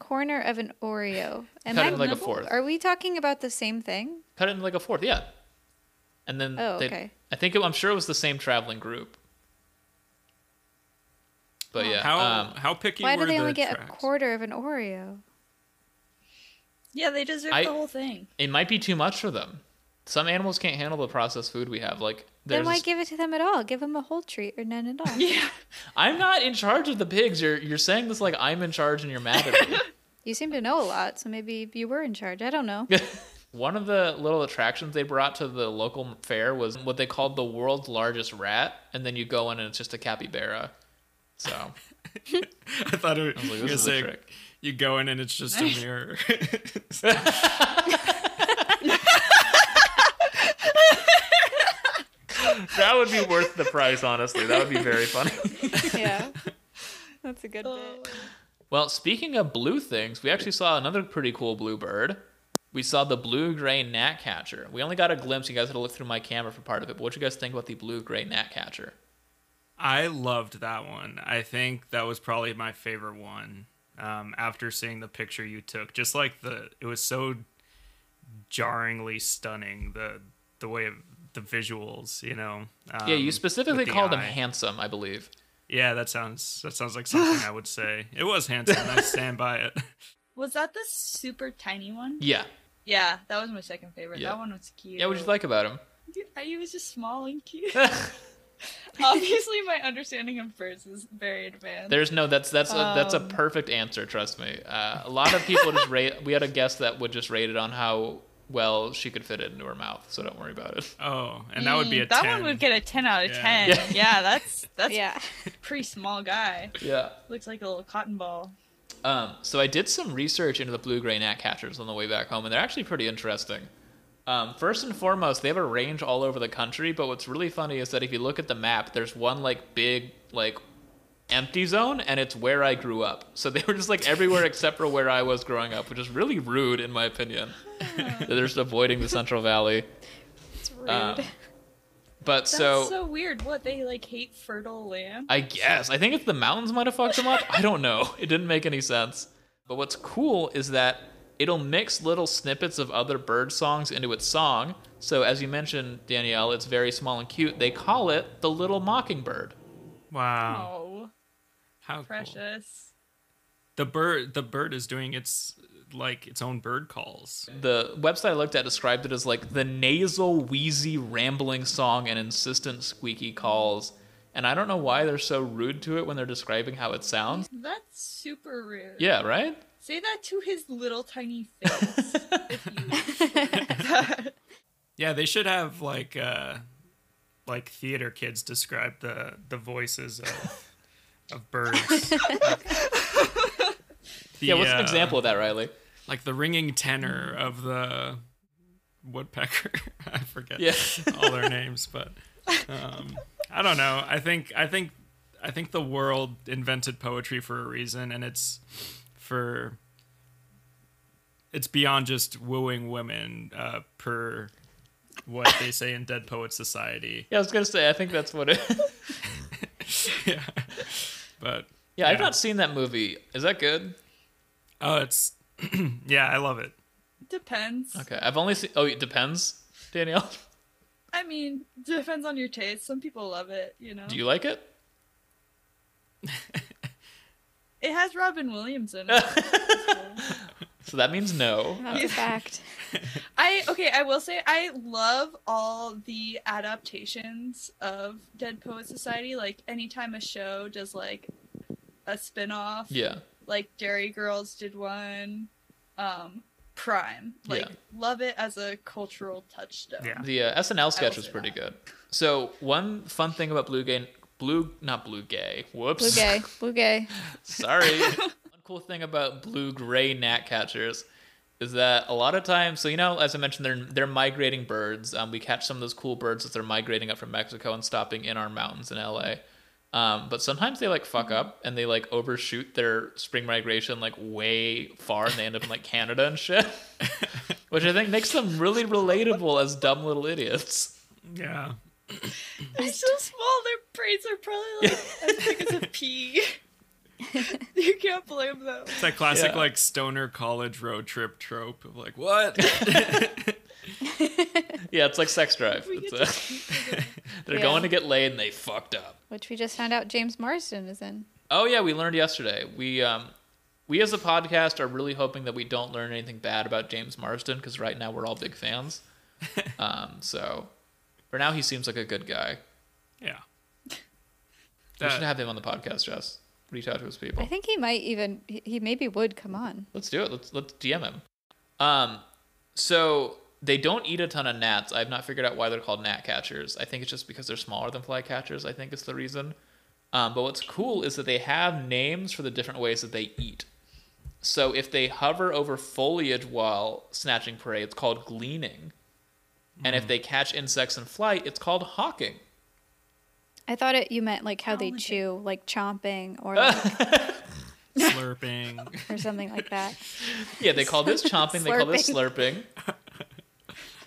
Corner of an Oreo. Am Cut I, it like a fourth. Are we talking about the same thing? Cut it in like a fourth, yeah. And then Oh, Mm, they, okay. I think it, I'm sure it was the same traveling group. But yeah, how um, how picky Why were do they the only get a tracks? quarter of an Oreo? Yeah, they deserve I- the whole thing. it might be too much for them. Some animals can't handle the processed food we have. Like Then there's, why this- give it to them at all? Give them a whole treat or none at all. Yeah. I'm not in charge of the pigs. You're you're saying this like I'm in charge and you're mad at me. You seem to know a lot, so maybe you were in charge. I don't know. One of the little attractions they brought to the local fair was what they called the world's largest rat, and then you go in and it's just a capybara. So I thought it was like, this was is gonna a say trick. you go in and it's just a mirror. that would be worth the price, honestly. That would be very funny. yeah. That's a good Oh, bit. Well, speaking of blue things, we actually saw another pretty cool blue bird. We saw the blue-gray gnatcatcher. We only got a glimpse. You guys had to look through my camera for part of it. But what you guys think about the blue-gray gnatcatcher? I loved that one. I think that was probably my favorite one. Um, after seeing the picture you took, just like the, it was so jarringly stunning the the way of the visuals. You know. Um, yeah, you specifically with the called him eye. handsome, I believe. Yeah, that sounds that sounds like something I would say. It was handsome. I stand by it. Was that the super tiny one? Yeah. Yeah, that was my second favorite. Yeah. That one was cute. Yeah, what did you like about him? Dude, He was just small and cute. Obviously, my understanding of birds is very advanced. There's no that's that's a, that's a Um. perfect answer. Trust me. Uh, a lot of people just rate. We had a guest that would just rate it on how well she could fit it into her mouth. So don't worry about it. Oh, and that would be a Mm, that 10. one would get a ten out of Yeah. ten. Yeah. Yeah, that's that's Yeah. pretty small guy. Yeah. Looks like a little cotton ball. Um, so I did some research into the blue-gray gnatcatchers on the way back home, and they're actually pretty interesting. Um, first and foremost, they have a range all over the country. But what's really funny is that if you look at the map, there's one like big like empty zone, and it's where I grew up. So they were just like everywhere except for where I was growing up, which is really rude in my opinion. They're just avoiding the Central Valley. It's rude. Um, But That's so, so, weird. What they like hate fertile land. I guess I think if the mountains might have fucked them up, I don't know. It didn't make any sense. But what's cool is that it'll mix little snippets of other bird songs into its song. So as you mentioned, Danielle, it's very small and cute. They call it the little mockingbird. Wow. Oh, How cool. precious. The bird the bird is doing its like its own bird calls. The website I looked at described it as like the nasal, wheezy, rambling song and insistent squeaky calls. And I don't know why they're so rude to it when they're describing how it sounds. That's super rude. Yeah, right? Say that to his little tiny face. if you- Yeah, they should have like uh like theater kids describe the the voices of of birds. yeah, what's an The, uh, example of that, Riley? Like the ringing tenor of the woodpecker. I forget Yeah. all their names, but um, I don't know. I think I think I think the world invented poetry for a reason, and it's for it's beyond just wooing women uh, per what they say in Dead Poets Society. Yeah, I was gonna say. I think that's what it. yeah, but yeah, I've not seen that movie. Is that good? Oh, it's yeah, I love it. Depends. Okay, I've only seen. Oh, it depends, Danielle. I mean, depends on your taste. Some people love it, you know. Do you like it? It has Robin Williams in it. So that means no. That's a fact. I okay, I will say I love all the adaptations of Dead Poet Society. Like anytime a show does like a spin-off, Yeah. like Dairy Girls did one, um Prime. Like Yeah. love it as a cultural touchstone. Yeah. The uh, SNL sketch will was say pretty good. So one fun thing about Blue Gay, Blue not Blue Gay. Whoops. Blue gay. Blue gay. Sorry. One cool thing about blue gray gnatcatchers is that a lot of times, so you know, as I mentioned, they're they're migrating birds. Um, we catch some of those cool birds as they're migrating up from Mexico and stopping in our mountains in LA. Um, but sometimes they like fuck up and they like overshoot their spring migration like way far and they end up in like Canada and shit, which I think makes them really relatable as dumb little idiots. Yeah. They're so small, their brains are probably like as big as a pea. you can't blame them. It's that classic Yeah. like stoner college road trip trope of like what? Yeah, it's like sex drive. We It's get a- they're Yeah. going to get laid and they fucked up. Which we just found out James Marsden is in. Oh yeah, we learned yesterday. We um we as a podcast are really hoping that we don't learn anything bad about James Marsden because right now we're all big fans. um, so for now he seems like a good guy. yeah. We should That- have him on the podcast, Jess. Reach out to his I people. think he might even he, he maybe would come on. Let's do it. Let's let's DM him. Um, so they don't eat a ton of gnats. I've not figured out why they're called gnat catchers. I think it's just because they're smaller than fly catchers. I think is the reason. Um, but what's cool is that they have names for the different ways that they eat. So if they hover over foliage while snatching prey, it's called gleaning. And if they catch insects in flight, it's called hawking. I thought it you meant like how they Oh, okay. chew, like chomping or like, slurping. or something like that. Yeah, they call this chomping. They call this slurping.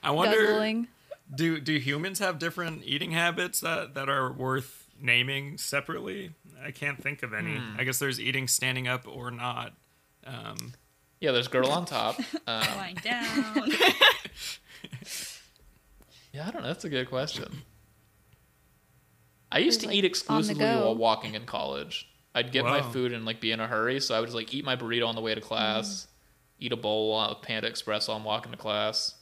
I wonder Guzzling. do do humans have different eating habits that that are worth naming separately? I can't think of any. Hmm. I guess there's eating standing up or not. Um, Yeah, there's girl on top. Um, Lying down. Yeah, I don't know. That's a good question. I used There's, to like, on eat the exclusively go. while walking in college. I'd get my Wow. food and like be in a hurry, so I would just like eat my burrito on the way to class, Mm-hmm. eat a bowl of Panda Express while I'm walking to class.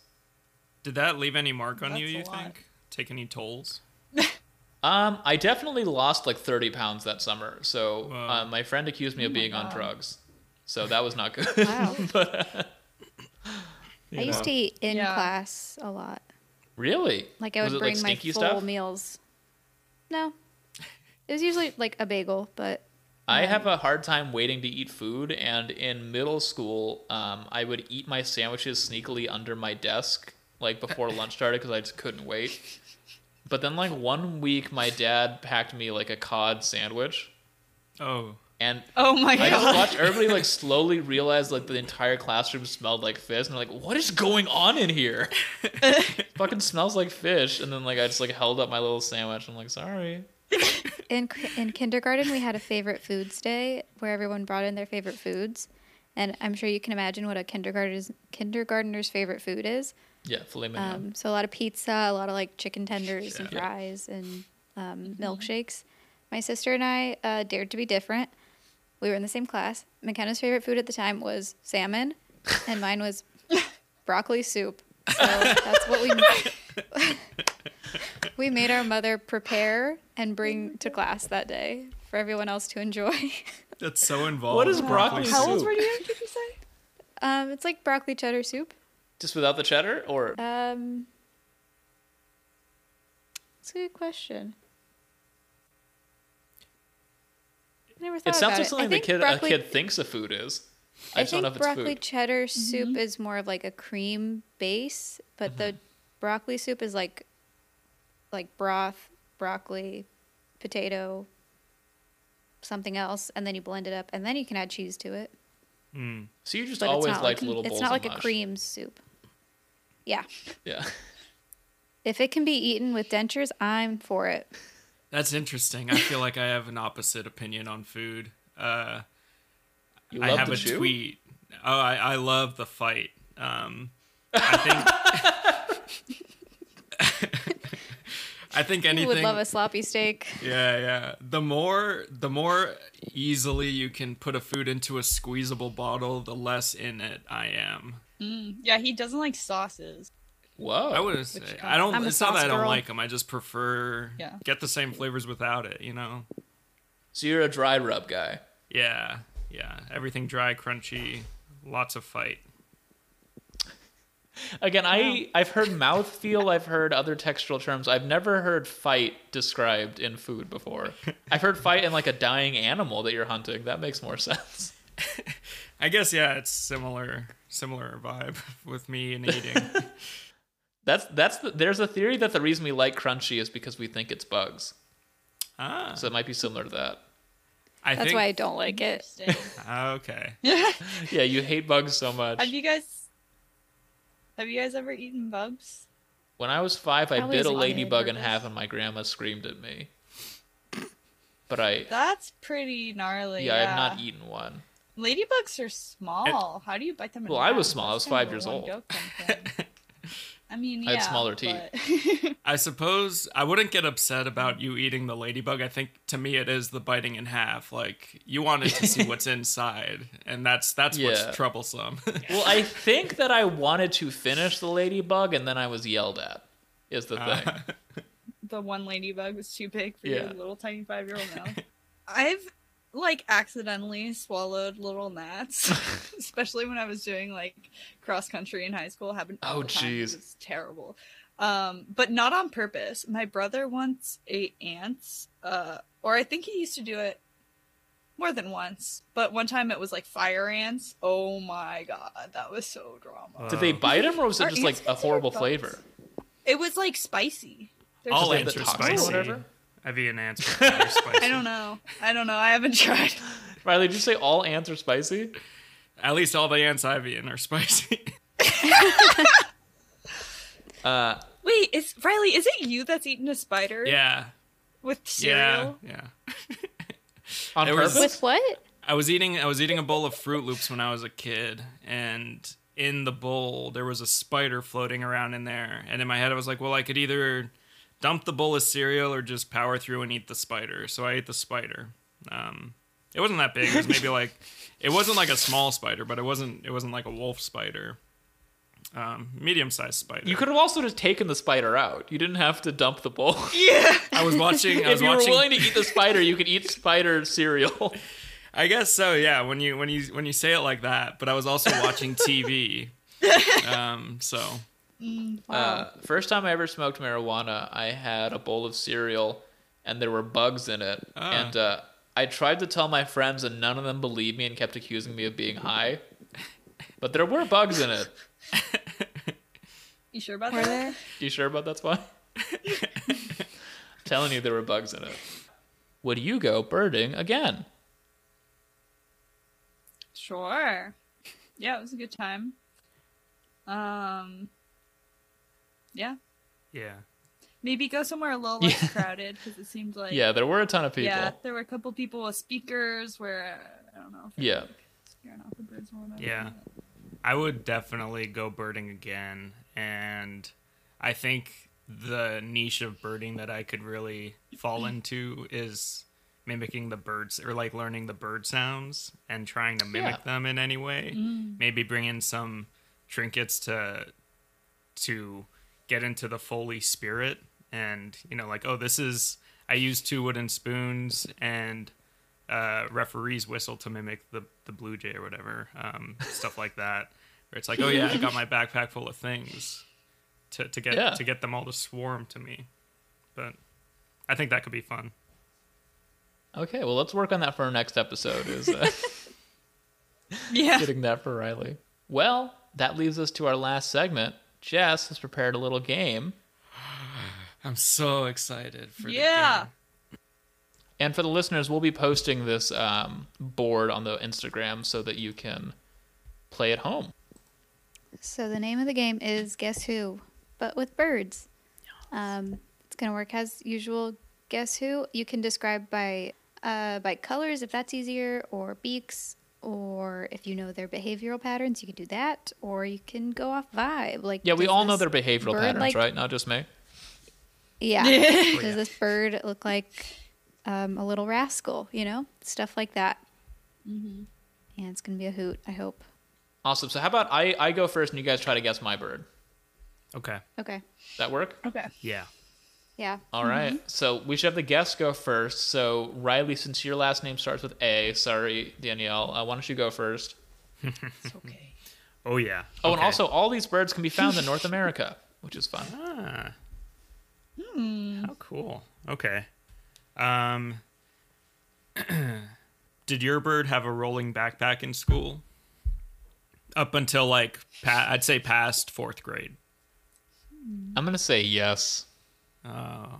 did that leave any mark on you? That's a You lot. think? Take any tolls? Um, I definitely lost like 30 pounds that summer. So Wow. uh, my friend accused me of my being on God. drugs. So that was not good. Oh Wow. but, uh, I you know. used to eat in Yeah. class a lot. Really? Like I Was would it, bring my stinky full meals. No. It was usually like a bagel, but I have a hard time waiting to eat food, and in middle school, um, I would eat my sandwiches sneakily under my desk, like before lunch started, because I just couldn't wait. But then, like one week, my dad packed me like a cod sandwich, Oh, and oh my I just god. watched everybody like slowly realize like the entire classroom smelled like fish, and they're like, "What is going on in here? Fucking smells like fish." And then like I just like held up my little sandwich. I'm like, "Sorry." in in kindergarten we had a favorite foods day where everyone brought in their favorite foods. And I'm sure you can imagine what a kindergartner's kindergartner's favorite food is. Yeah, filet mignon. Um, so a lot of pizza, a lot of like chicken tenders and Yeah. fries and um, milkshakes. My sister and I uh, dared to be different. We were in the same class. McKenna's favorite food at the time was salmon, and mine was broccoli soup. So that's what we we made our mother prepare and bring to class that day for everyone else to enjoy. that's so involved. is broccoli How old soup? were you? Did you say? Um, it's like broccoli cheddar soup. Just without the cheddar, or Um, it's a good question. I never It thought sounds about like I something the think kid broccoli- a kid thinks a food is. I, I just don't know think if it's broccoli food. cheddar soup is more of like a cream base, but Mm-hmm. the broccoli soup is like like broth, broccoli, potato, something else, and then you blend it up, and then you can add cheese to it. Mm. so you just But always like, it's not like, little it's bowls not of like a mush. cream soup. Yeah, Yeah. if it can be eaten with dentures, I'm for it. That's interesting. I feel like I have an opposite opinion on food. Uh, You I love have to a chew? tweet. Oh, I, I love the fight. Um, I think. I think anything. Who would love a sloppy steak? Yeah, yeah. The more the more easily you can put a food into a squeezable bottle, the less in it I am. Mm, yeah, he doesn't like sauces. Whoa. I wouldn't Which say kind- I don't. I'm a It's not that sauce I don't girl. like them. I just prefer Yeah. get the same flavors without it. You know. so you're a dry rub guy. Yeah, yeah. Everything dry, crunchy, lots of fight. Again, I I've heard mouthfeel, I've heard other textural terms. I've never heard fight described in food before. I've heard fight in like a dying animal that you're hunting. That makes more sense. I guess yeah, it's similar similar vibe with me and eating. That's that's the, there's a theory that the reason we like crunchy is because we think it's bugs. ah, So it might be similar to that. I That's think. why I don't like it. Interesting. Ah, okay. Yeah, you hate bugs so much. have you guys have you guys ever eaten bugs? When I was five, I, I bit a always hated ladybug in burgers. half, and my grandma screamed at me. But I, That's pretty gnarly. yeah, I have not eaten one. Ladybugs are small. How do you bite them? In Well, I was half? small. I That's was kinda five where years one old. go come from. I mean, yeah, I had smaller teeth. but- I suppose I wouldn't get upset about you eating the ladybug. I think to me it is the biting in half. Like you wanted to see what's inside, and that's that's Yeah. what's troublesome. Well, I think that I wanted to finish the ladybug, and then I was yelled at. Is the thing. Uh, the one ladybug was too big for Yeah. your little tiny five year old mouth. I've like accidentally swallowed little gnats, especially when I was doing like cross country in high school. It Happened. all Oh, the time 'cause jeez. it's terrible. Um, but not on purpose. My brother once ate ants, uh, or I think he used to do it more than once. But one time it was like fire ants. Oh my god, that was so drama. Uh, Did they bite him, or was it Are just like ants a horrible considered bugs? flavor? It was like spicy. There's all like ants the are toxin or spicy. whatever? I've eaten ants. before, they're spicy. I don't know. I don't know. I haven't tried. Riley, did you say all ants are spicy? At least all the ants I've eaten are spicy. Uh, Wait, is Riley? Is it you that's eating a spider? yeah, With cereal. yeah, yeah. on There was- purpose. With what? I was eating I was eating a bowl of Fruit Loops when I was a kid, and in the bowl there was a spider floating around in there. And in my head I was like, well, I could either dump the bowl of cereal or just power through and eat the spider. So I ate the spider. Um, it wasn't that big. It was maybe like it wasn't like a small spider, but it wasn't it wasn't like a wolf spider. Um, medium sized spider. You could have also just taken the spider out. You didn't have to dump the bowl. Yeah. I was watching. I if was you were watching. willing to eat the spider, you could eat spider cereal. I guess so. Yeah, when you when you when you say it like that, but I was also watching TV. um, so Uh, Um, first time I ever smoked marijuana, I had a bowl of cereal and there were bugs in it. Ah. And uh, I tried to tell my friends, and none of them believed me and kept accusing me of being high. But there were bugs in it. You sure about Were that? there? You sure about that's why? telling you there were bugs in it. Would you go birding again? Sure. Yeah, it was a good time. Um. Yeah. yeah. Maybe go somewhere a little less Yeah. crowded because it seemed like yeah, there were a ton of people. yeah there were a couple people with speakers where I don't know if they Yeah. were scaring off the birds or whatever. Yeah. I would definitely go birding again. And I think the niche of birding that I could really fall into is mimicking the birds or like learning the bird sounds and trying to mimic Yeah. them in any way. Maybe bring in some trinkets to to get into the Foley spirit and you know like oh this is I use two wooden spoons and uh, referee's whistle to mimic the the blue jay or whatever um, stuff like that where it's like oh yeah I got my backpack full of things to to get Yeah. to get them all to swarm to me but I think that could be fun Okay, well, let's work on that for our next episode. Is uh, Yeah. getting that for Riley. Well, that leaves us to our last segment. Jess has prepared a little game. I'm so excited for the Yeah. game. And for the listeners, we'll be posting this um, board on the Instagram so that you can play at home. So the name of the game is Guess Who, but with birds. Um, it's gonna work as usual. Guess who? You can describe by uh, by colors if that's easier, or beaks, or if you know their behavioral patterns, you can do that, or you can go off vibe. Like Yeah, we does all know this their behavioral bird patterns, like- right? Not just me. Yeah. Oh, Yeah. Does this bird look like um, a little rascal? You know, stuff like that. Mm-hmm. And it's gonna be a hoot. I hope. Awesome. So how about I, I go first and you guys try to guess my bird? Okay. Okay. That work? Okay. Yeah. Yeah. All right. Mm-hmm. So we should have the guests go first. So Riley, since your last name starts with A, sorry Danielle, uh, why don't you go first? It's okay. Oh yeah. Oh, and also all these birds can be found in North America, which is fun. Ah. How cool. Okay. Um. did your bird have a rolling backpack in school? Up until like, pa- I'd say past fourth grade. I'm gonna say yes. Oh.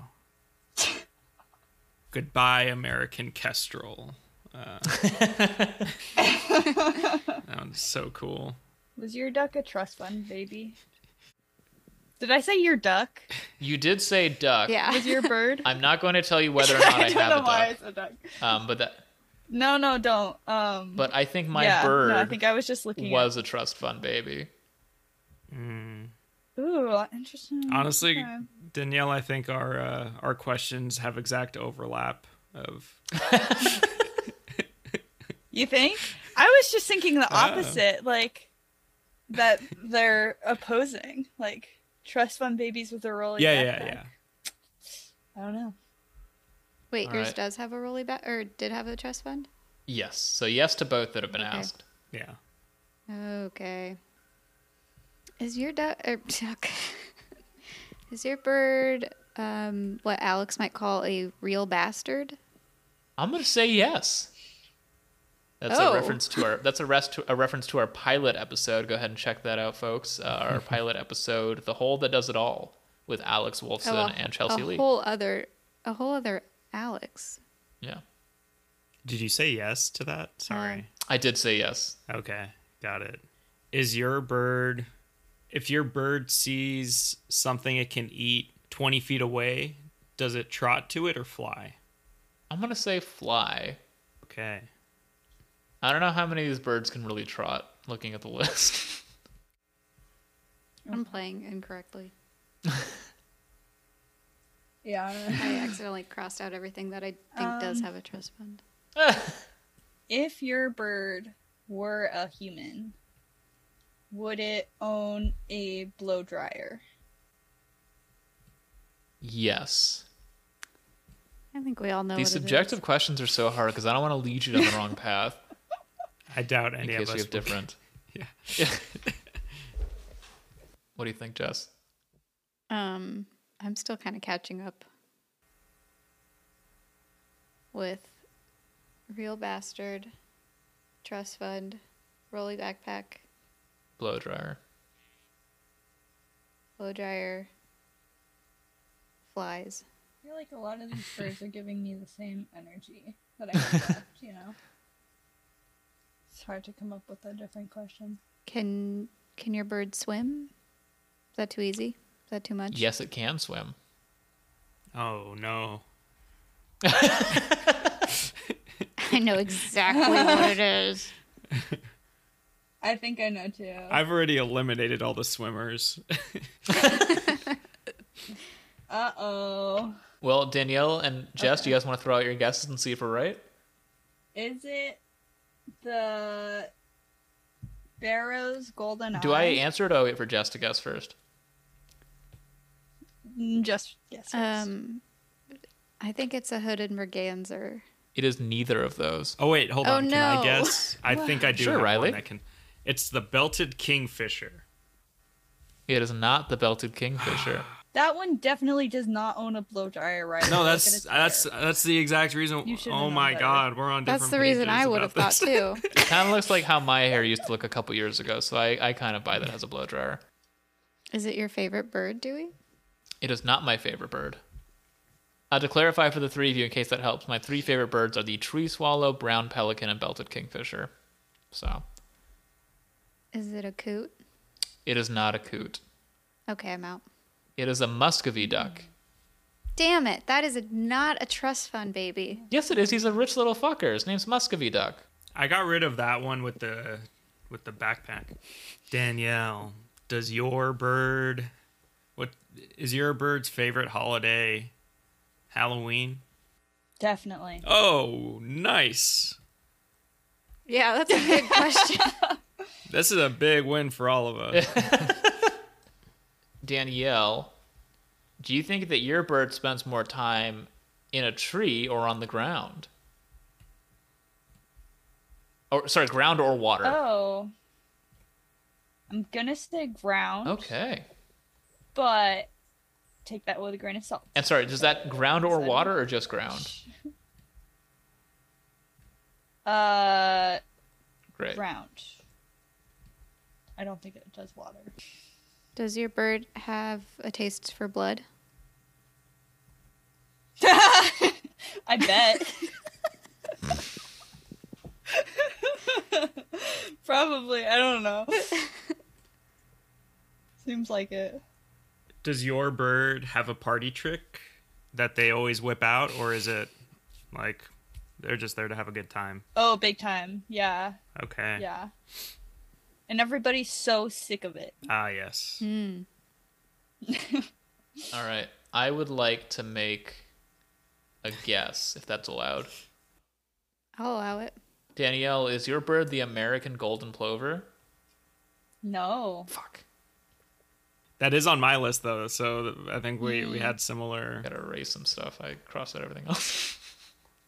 Goodbye, American Kestrel. Uh, that one's so cool. Was your duck a trust fund baby? Did I say your duck? You did say duck. Yeah. Was your bird? I'm not going to tell you whether or not I, I don't have know a why duck. it's a duck. Um, but that, No, no, don't. Um, but I think my yeah, bird No, I think I was just looking. was a trust fund baby. At, ooh, interesting. Honestly, Okay. Danielle, I think our uh, our questions have exact overlap of You think? I was just thinking Uh. the opposite, like that they're opposing, like trust fund babies with a rolling. yeah, yeah, backpack. yeah. I don't know. Wait, All yours right. does have a rolly back, or did have a trust fund? Yes. So yes to both that have been Okay. asked. Yeah. Okay. Is your duck? Er, duck. Is your bird um, what Alex might call a real bastard? I'm gonna say yes. That's Oh. a reference to our. That's a rest to, a reference to our pilot episode. Go ahead and check that out, folks. Uh, our pilot episode, "The Hole That Does It All," with Alex Wolfson Oh, a- and Chelsea a Lee. whole other, a whole other Alex. Yeah, Did you say yes to that? Sorry. I did say yes. okay, got it. Is your bird, if your bird sees something it can eat 20 feet away, does it trot to it or fly? I'm gonna say fly. Okay. I don't know how many of these birds can really trot. Looking at the list, I'm playing incorrectly. Yeah, I don't know. I accidentally crossed out everything that I think does have a trust fund. If your bird were a human, would it own a blow dryer? yes. I think we all know These what it is. subjective questions are so hard because I don't want to lead you down the wrong path I doubt in any of case us we have would- different. Yeah. what do you think, Jess? Um, I'm still kind of catching up with real bastard, trust fund, rolly backpack, Blow dryer. blow dryer, flies. I feel like a lot of these birds are giving me the same energy that I have left, you know? It's hard to come up with a different question. Can can your bird swim? Is that too easy? Is that too much? Yes, it can swim. Oh, no. I know exactly what it is. I think I know too. I've already eliminated all the swimmers. Uh oh. Well, Danielle and Jess, do you guys want to throw out your guesses and see if we're right? Is it the Barrow's golden Do I answer it? or wait for Jess to guess first. I Mm, just yes? Um, I think it's a hooded merganser. It is neither of those. Oh, wait, hold Oh, on. Can no. I guess? I think I do. Sure, have one Riley. that can... It's the belted kingfisher. It is not the belted kingfisher. That one definitely does not own a blow dryer right No, that's uh, that's that's the exact reason. Oh You should've Oh known my better. god, we're on. That's different the reason pages I about would have thought this. too. Kind of looks like how my hair used to look a couple years ago, so I, I kind of buy that as a blow dryer. Is it your favorite bird, Dewey? It is not my favorite bird. Uh, to clarify for the three of you, in case that helps, my three favorite birds are the tree swallow, brown pelican, and belted kingfisher. So Is it a coot? it is not a coot. Okay, I'm out. It is a Muscovy duck. Damn it! That is a, not a trust fund baby. Yes, it is. He's a rich little fucker. His name's Muscovy duck. I got rid of that one with the with the backpack. Danielle, does your bird what is your bird's favorite holiday? Halloween? definitely. Oh, nice. Yeah, that's a good question. This is a big win for all of us. Danielle, do you think that your bird spends more time in a tree or on the ground? Or sorry, ground or uh, water. Oh, I'm gonna say ground, Oh. Okay. but take that with a grain of salt. And sorry, does that ground or water or just ground? Uh, Great. ground. I don't think it does water. Does your bird have a taste for blood? I bet. Probably. I don't know. Seems like it. Does your bird have a party trick that they always whip out or is it like they're just there to have a good time? Oh, big time. Yeah. Okay. Yeah. And everybody's so sick of it. Ah, yes. Hmm, All right. I would like to make a guess if that's allowed. I'll allow it. Danielle, is your bird the American golden plover? No. Fuck. That is on my list though, so I think we we had similar Gotta erase some stuff. I crossed out everything else.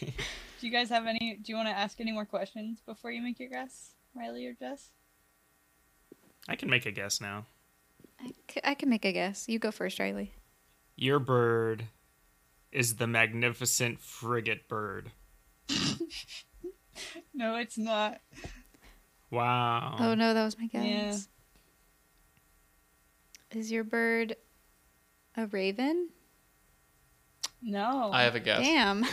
Do you guys have any? Do you want to ask any more questions before you make your guess, Riley or Jess? I can make a guess now. I, c- I can make a guess. You go first, Riley. Your bird is the magnificent frigate bird. No, it's not. Wow. Oh no, that was my guess. Yeah. Is your bird a raven? No. I have a guess. Damn.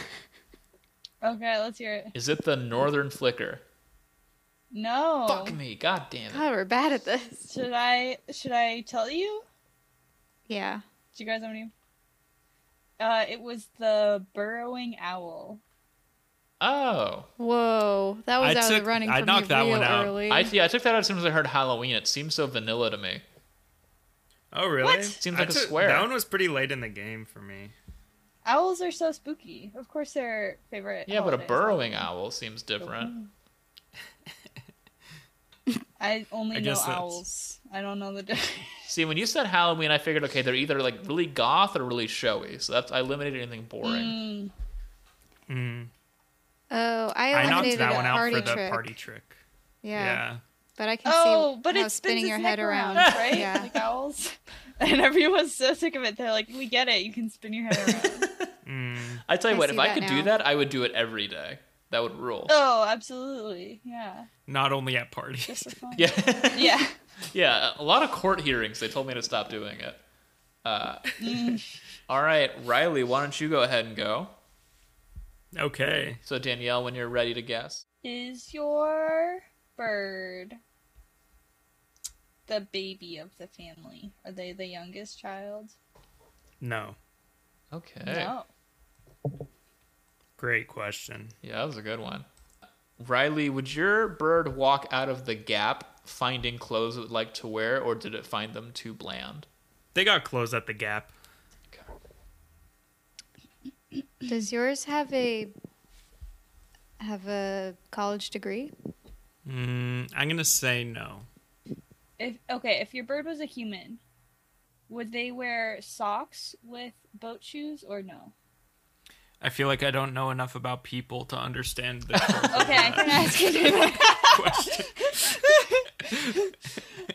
Okay, let's hear it. Is it the northern flicker? No. Fuck me. God damn it. Oh. God, we're bad at this. Should I? Should I tell you? Yeah. Do you guys have any? Uh, it was the burrowing owl. Oh. Whoa, that was I out of took- the running I for knocked me that real one out. early. I, yeah, I took that out as soon as I heard Halloween. It seems so vanilla to me. Oh, really? Seems I like a took- swear. That one was pretty late in the game for me. Owls are so spooky. Of course, their favorite. Oh, Yeah, but a holiday is burrowing Halloween. owl seems different. I only I know guess that's- owls. I don't know the difference. See, when you said Halloween, I figured okay, they're either like really goth or really showy. So that's I eliminated anything boring. Mm, Mm. oh, I I knocked eliminated that a one out party for trick. the party trick. Yeah. Yeah. but I can Oh, see but how it's spinning your head around. right? yeah, Like owls. And everyone's so sick of it. They're like, "We get it. You can spin your head around." Mm. I tell you I what, see if I that could do now. that, I would do it every day. That would rule. oh, absolutely. Yeah. Not only at parties. Just for fun. Yeah, Yeah. yeah. A lot of court hearings. They told me to stop doing it. Uh, Mm. all right, Riley, why don't you go ahead and go? Okay. So Danielle, when you're ready to guess, Is your bird the baby of the family? Are they the youngest child? No. okay. No. Great question. Yeah, that was a good one. Riley, would your bird walk out of the gap finding clothes it would like to wear, or did it find them too bland? They got closed at the gap. does yours have a have a college degree? Mm, I'm going to say no. If okay, if your bird was a human, would they wear socks with boat shoes or no? I feel like I don't know enough about people to understand this Okay, I can ask you. question,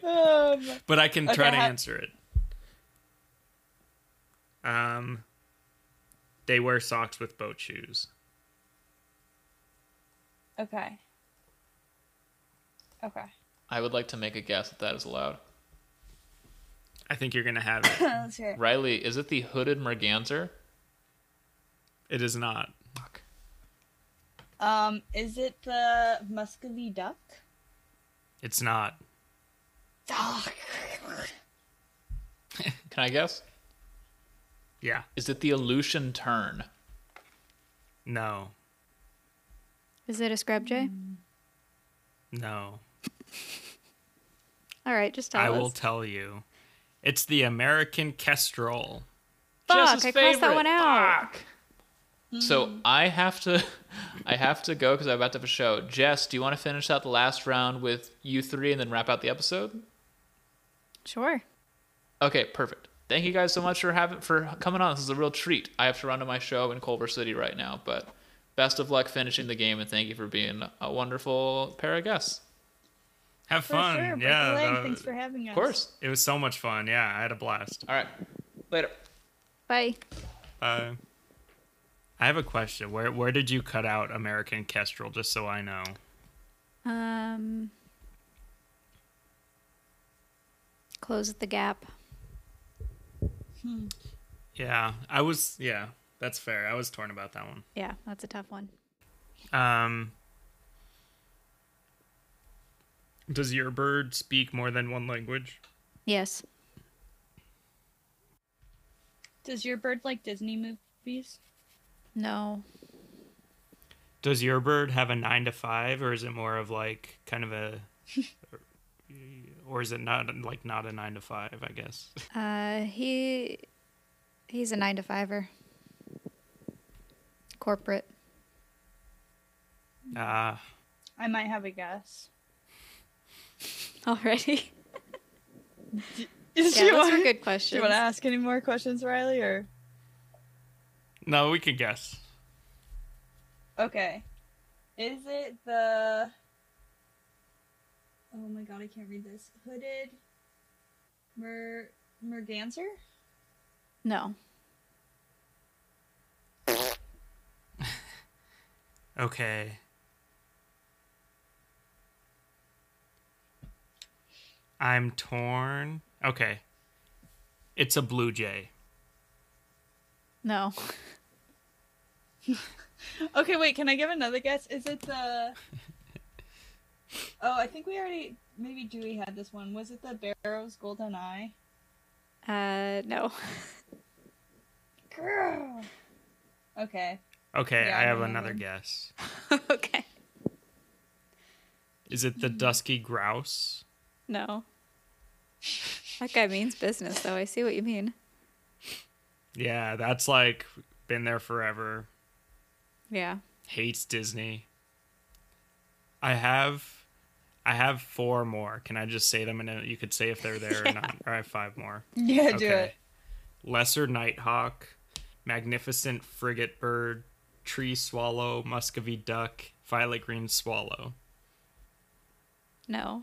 um, but I can Okay, try to how- answer it. Um, they wear socks with boat shoes. Okay. Okay. I would like to make a guess that that is allowed. I think you're gonna have it. Let's hear it. Riley, is it the hooded merganser? It is not. Fuck. Um, is it the Muscovy duck? It's not. Duck. Can I guess? Yeah. Is it the Aleutian tern? No. Is it a scrub Jay? No. All right, just tell I us. will tell you. It's the American kestrel. Fuck, Jess's I crossed that favorite. one out. Hmm. Fuck. So I have to, I have to go because I'm about to have a show. Jess, do you want to finish out the last round with you three and then wrap out the episode? Sure. Okay, perfect. Thank you guys so much for having for coming on. This is a real treat. I have to run to my show in Culver City right now, but best of luck finishing the game and thank you for being a wonderful pair of guests. Have fun. For sure. Break a yeah. leg. that- Thanks for having us. Of course. it was so much fun. Yeah, I had a blast. All right. Later. Bye. Uh, I have a question. Where where did you cut out American kestrel? Just so I know. Um, close the gap. Yeah, I was. Yeah, that's fair. I was torn about that one. Yeah, that's a tough one. Um, does your bird speak more than one language? Yes. Does your bird like Disney movies? No. Does your bird have a nine to five, or is it more of like kind of a, or is it not like not a nine to five? I guess. Uh, he he's a nine to fiver. Corporate. Uh, I might have a guess. Already. Is yeah, those were good questions. Do you want to ask any more questions, Riley? Or no, we could guess. okay, is it the? Oh my god, I can't read this. Hooded, mer merganser. No. Okay. I'm torn. Okay. It's a blue jay. No. Okay, wait. Can I give another guess? Is it the? Oh, I think we already maybe Dewey had this one. Was it the Barrow's Golden Eye? Uh, no. Grr. Okay. Okay, Yeah, I I have know that another one. guess. okay. Is it Mm. the dusky grouse? No. That guy means business, though. I see what you mean. Yeah, that's like been there forever. Yeah. Hates Disney. I have I have four more. Can I just say them and then you could say if they're there or not? Or I have five more. Yeah, do it. Lesser nighthawk, magnificent frigate bird, tree swallow, muscovy duck, violet green swallow. No.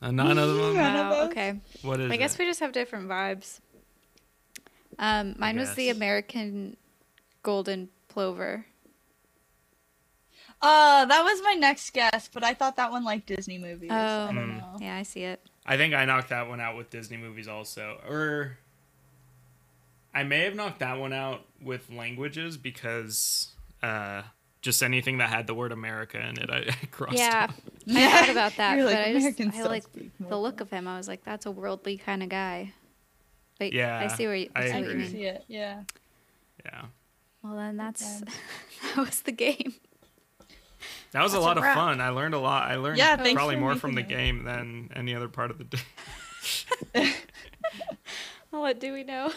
Uh, none of them. None of Wow, those? Okay. What is I guess it? we just have different vibes. Um, mine was the guess. American golden plover. Uh, that was my next guess, but I thought that one liked Disney movies. I Oh. don't Mm. know. Yeah, I see it. I think I knocked that one out with Disney movies also. Or I may have knocked that one out with languages because uh, just anything that had the word America in it, I, I crossed Yeah, out. I thought about that, You're but like, I just Americans I don't like speak the look of him. I was like, that's a worldly kind of guy. But yeah, I Yeah, see where you, I I see I what you can agree. see mean. it. Yeah. Yeah. Well, then that's that was the game. That was That's a a lot of wrap. fun. I learned a lot. I learned Yeah, thanks probably for more making from the it. game than any other part of the day. What do we know?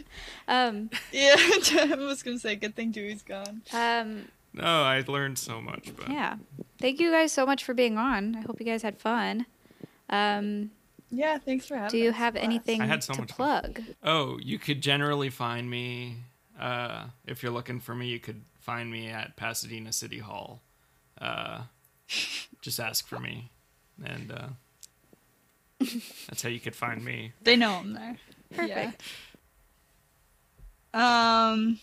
um, Yeah, I was gonna say, good thing Dewey's gone. um, No, I learned so much. But yeah. Thank you guys so much for being on. I hope you guys had fun. Um, Yeah, thanks for having. do you us. have Bless. anything I had so to much fun. plug? Oh, you could generally find me uh, if you're looking for me. You could find me at Pasadena City Hall. Uh, just ask for me, and uh, that's how you could find me. They know I'm there. Yeah. Perfect. Um,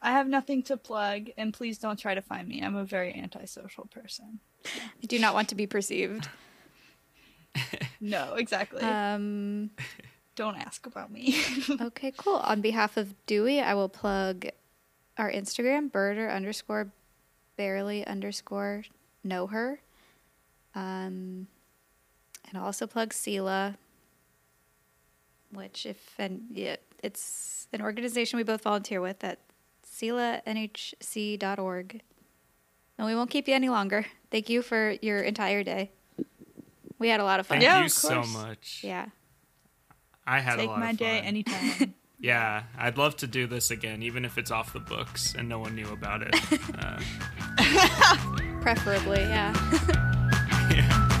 I have nothing to plug, and please don't try to find me. I'm a very antisocial person. I do not want to be perceived. No, exactly. Um, don't ask about me. okay, cool. On behalf of Dewey, I will plug our Instagram, birder underscore barely underscore know her. Um, and I'll also plug Sela, which if and yeah, it's an organization we both volunteer with at SelaNHC.org. And we won't keep you any longer. Thank you for your entire day. We had a lot of fun. Thank Yeah, you of so course. much. Yeah. I had Take a lot my of fun. day anytime. yeah, I'd love to do this again, even if it's off the books and no one knew about it. Uh, Preferably, yeah. yeah.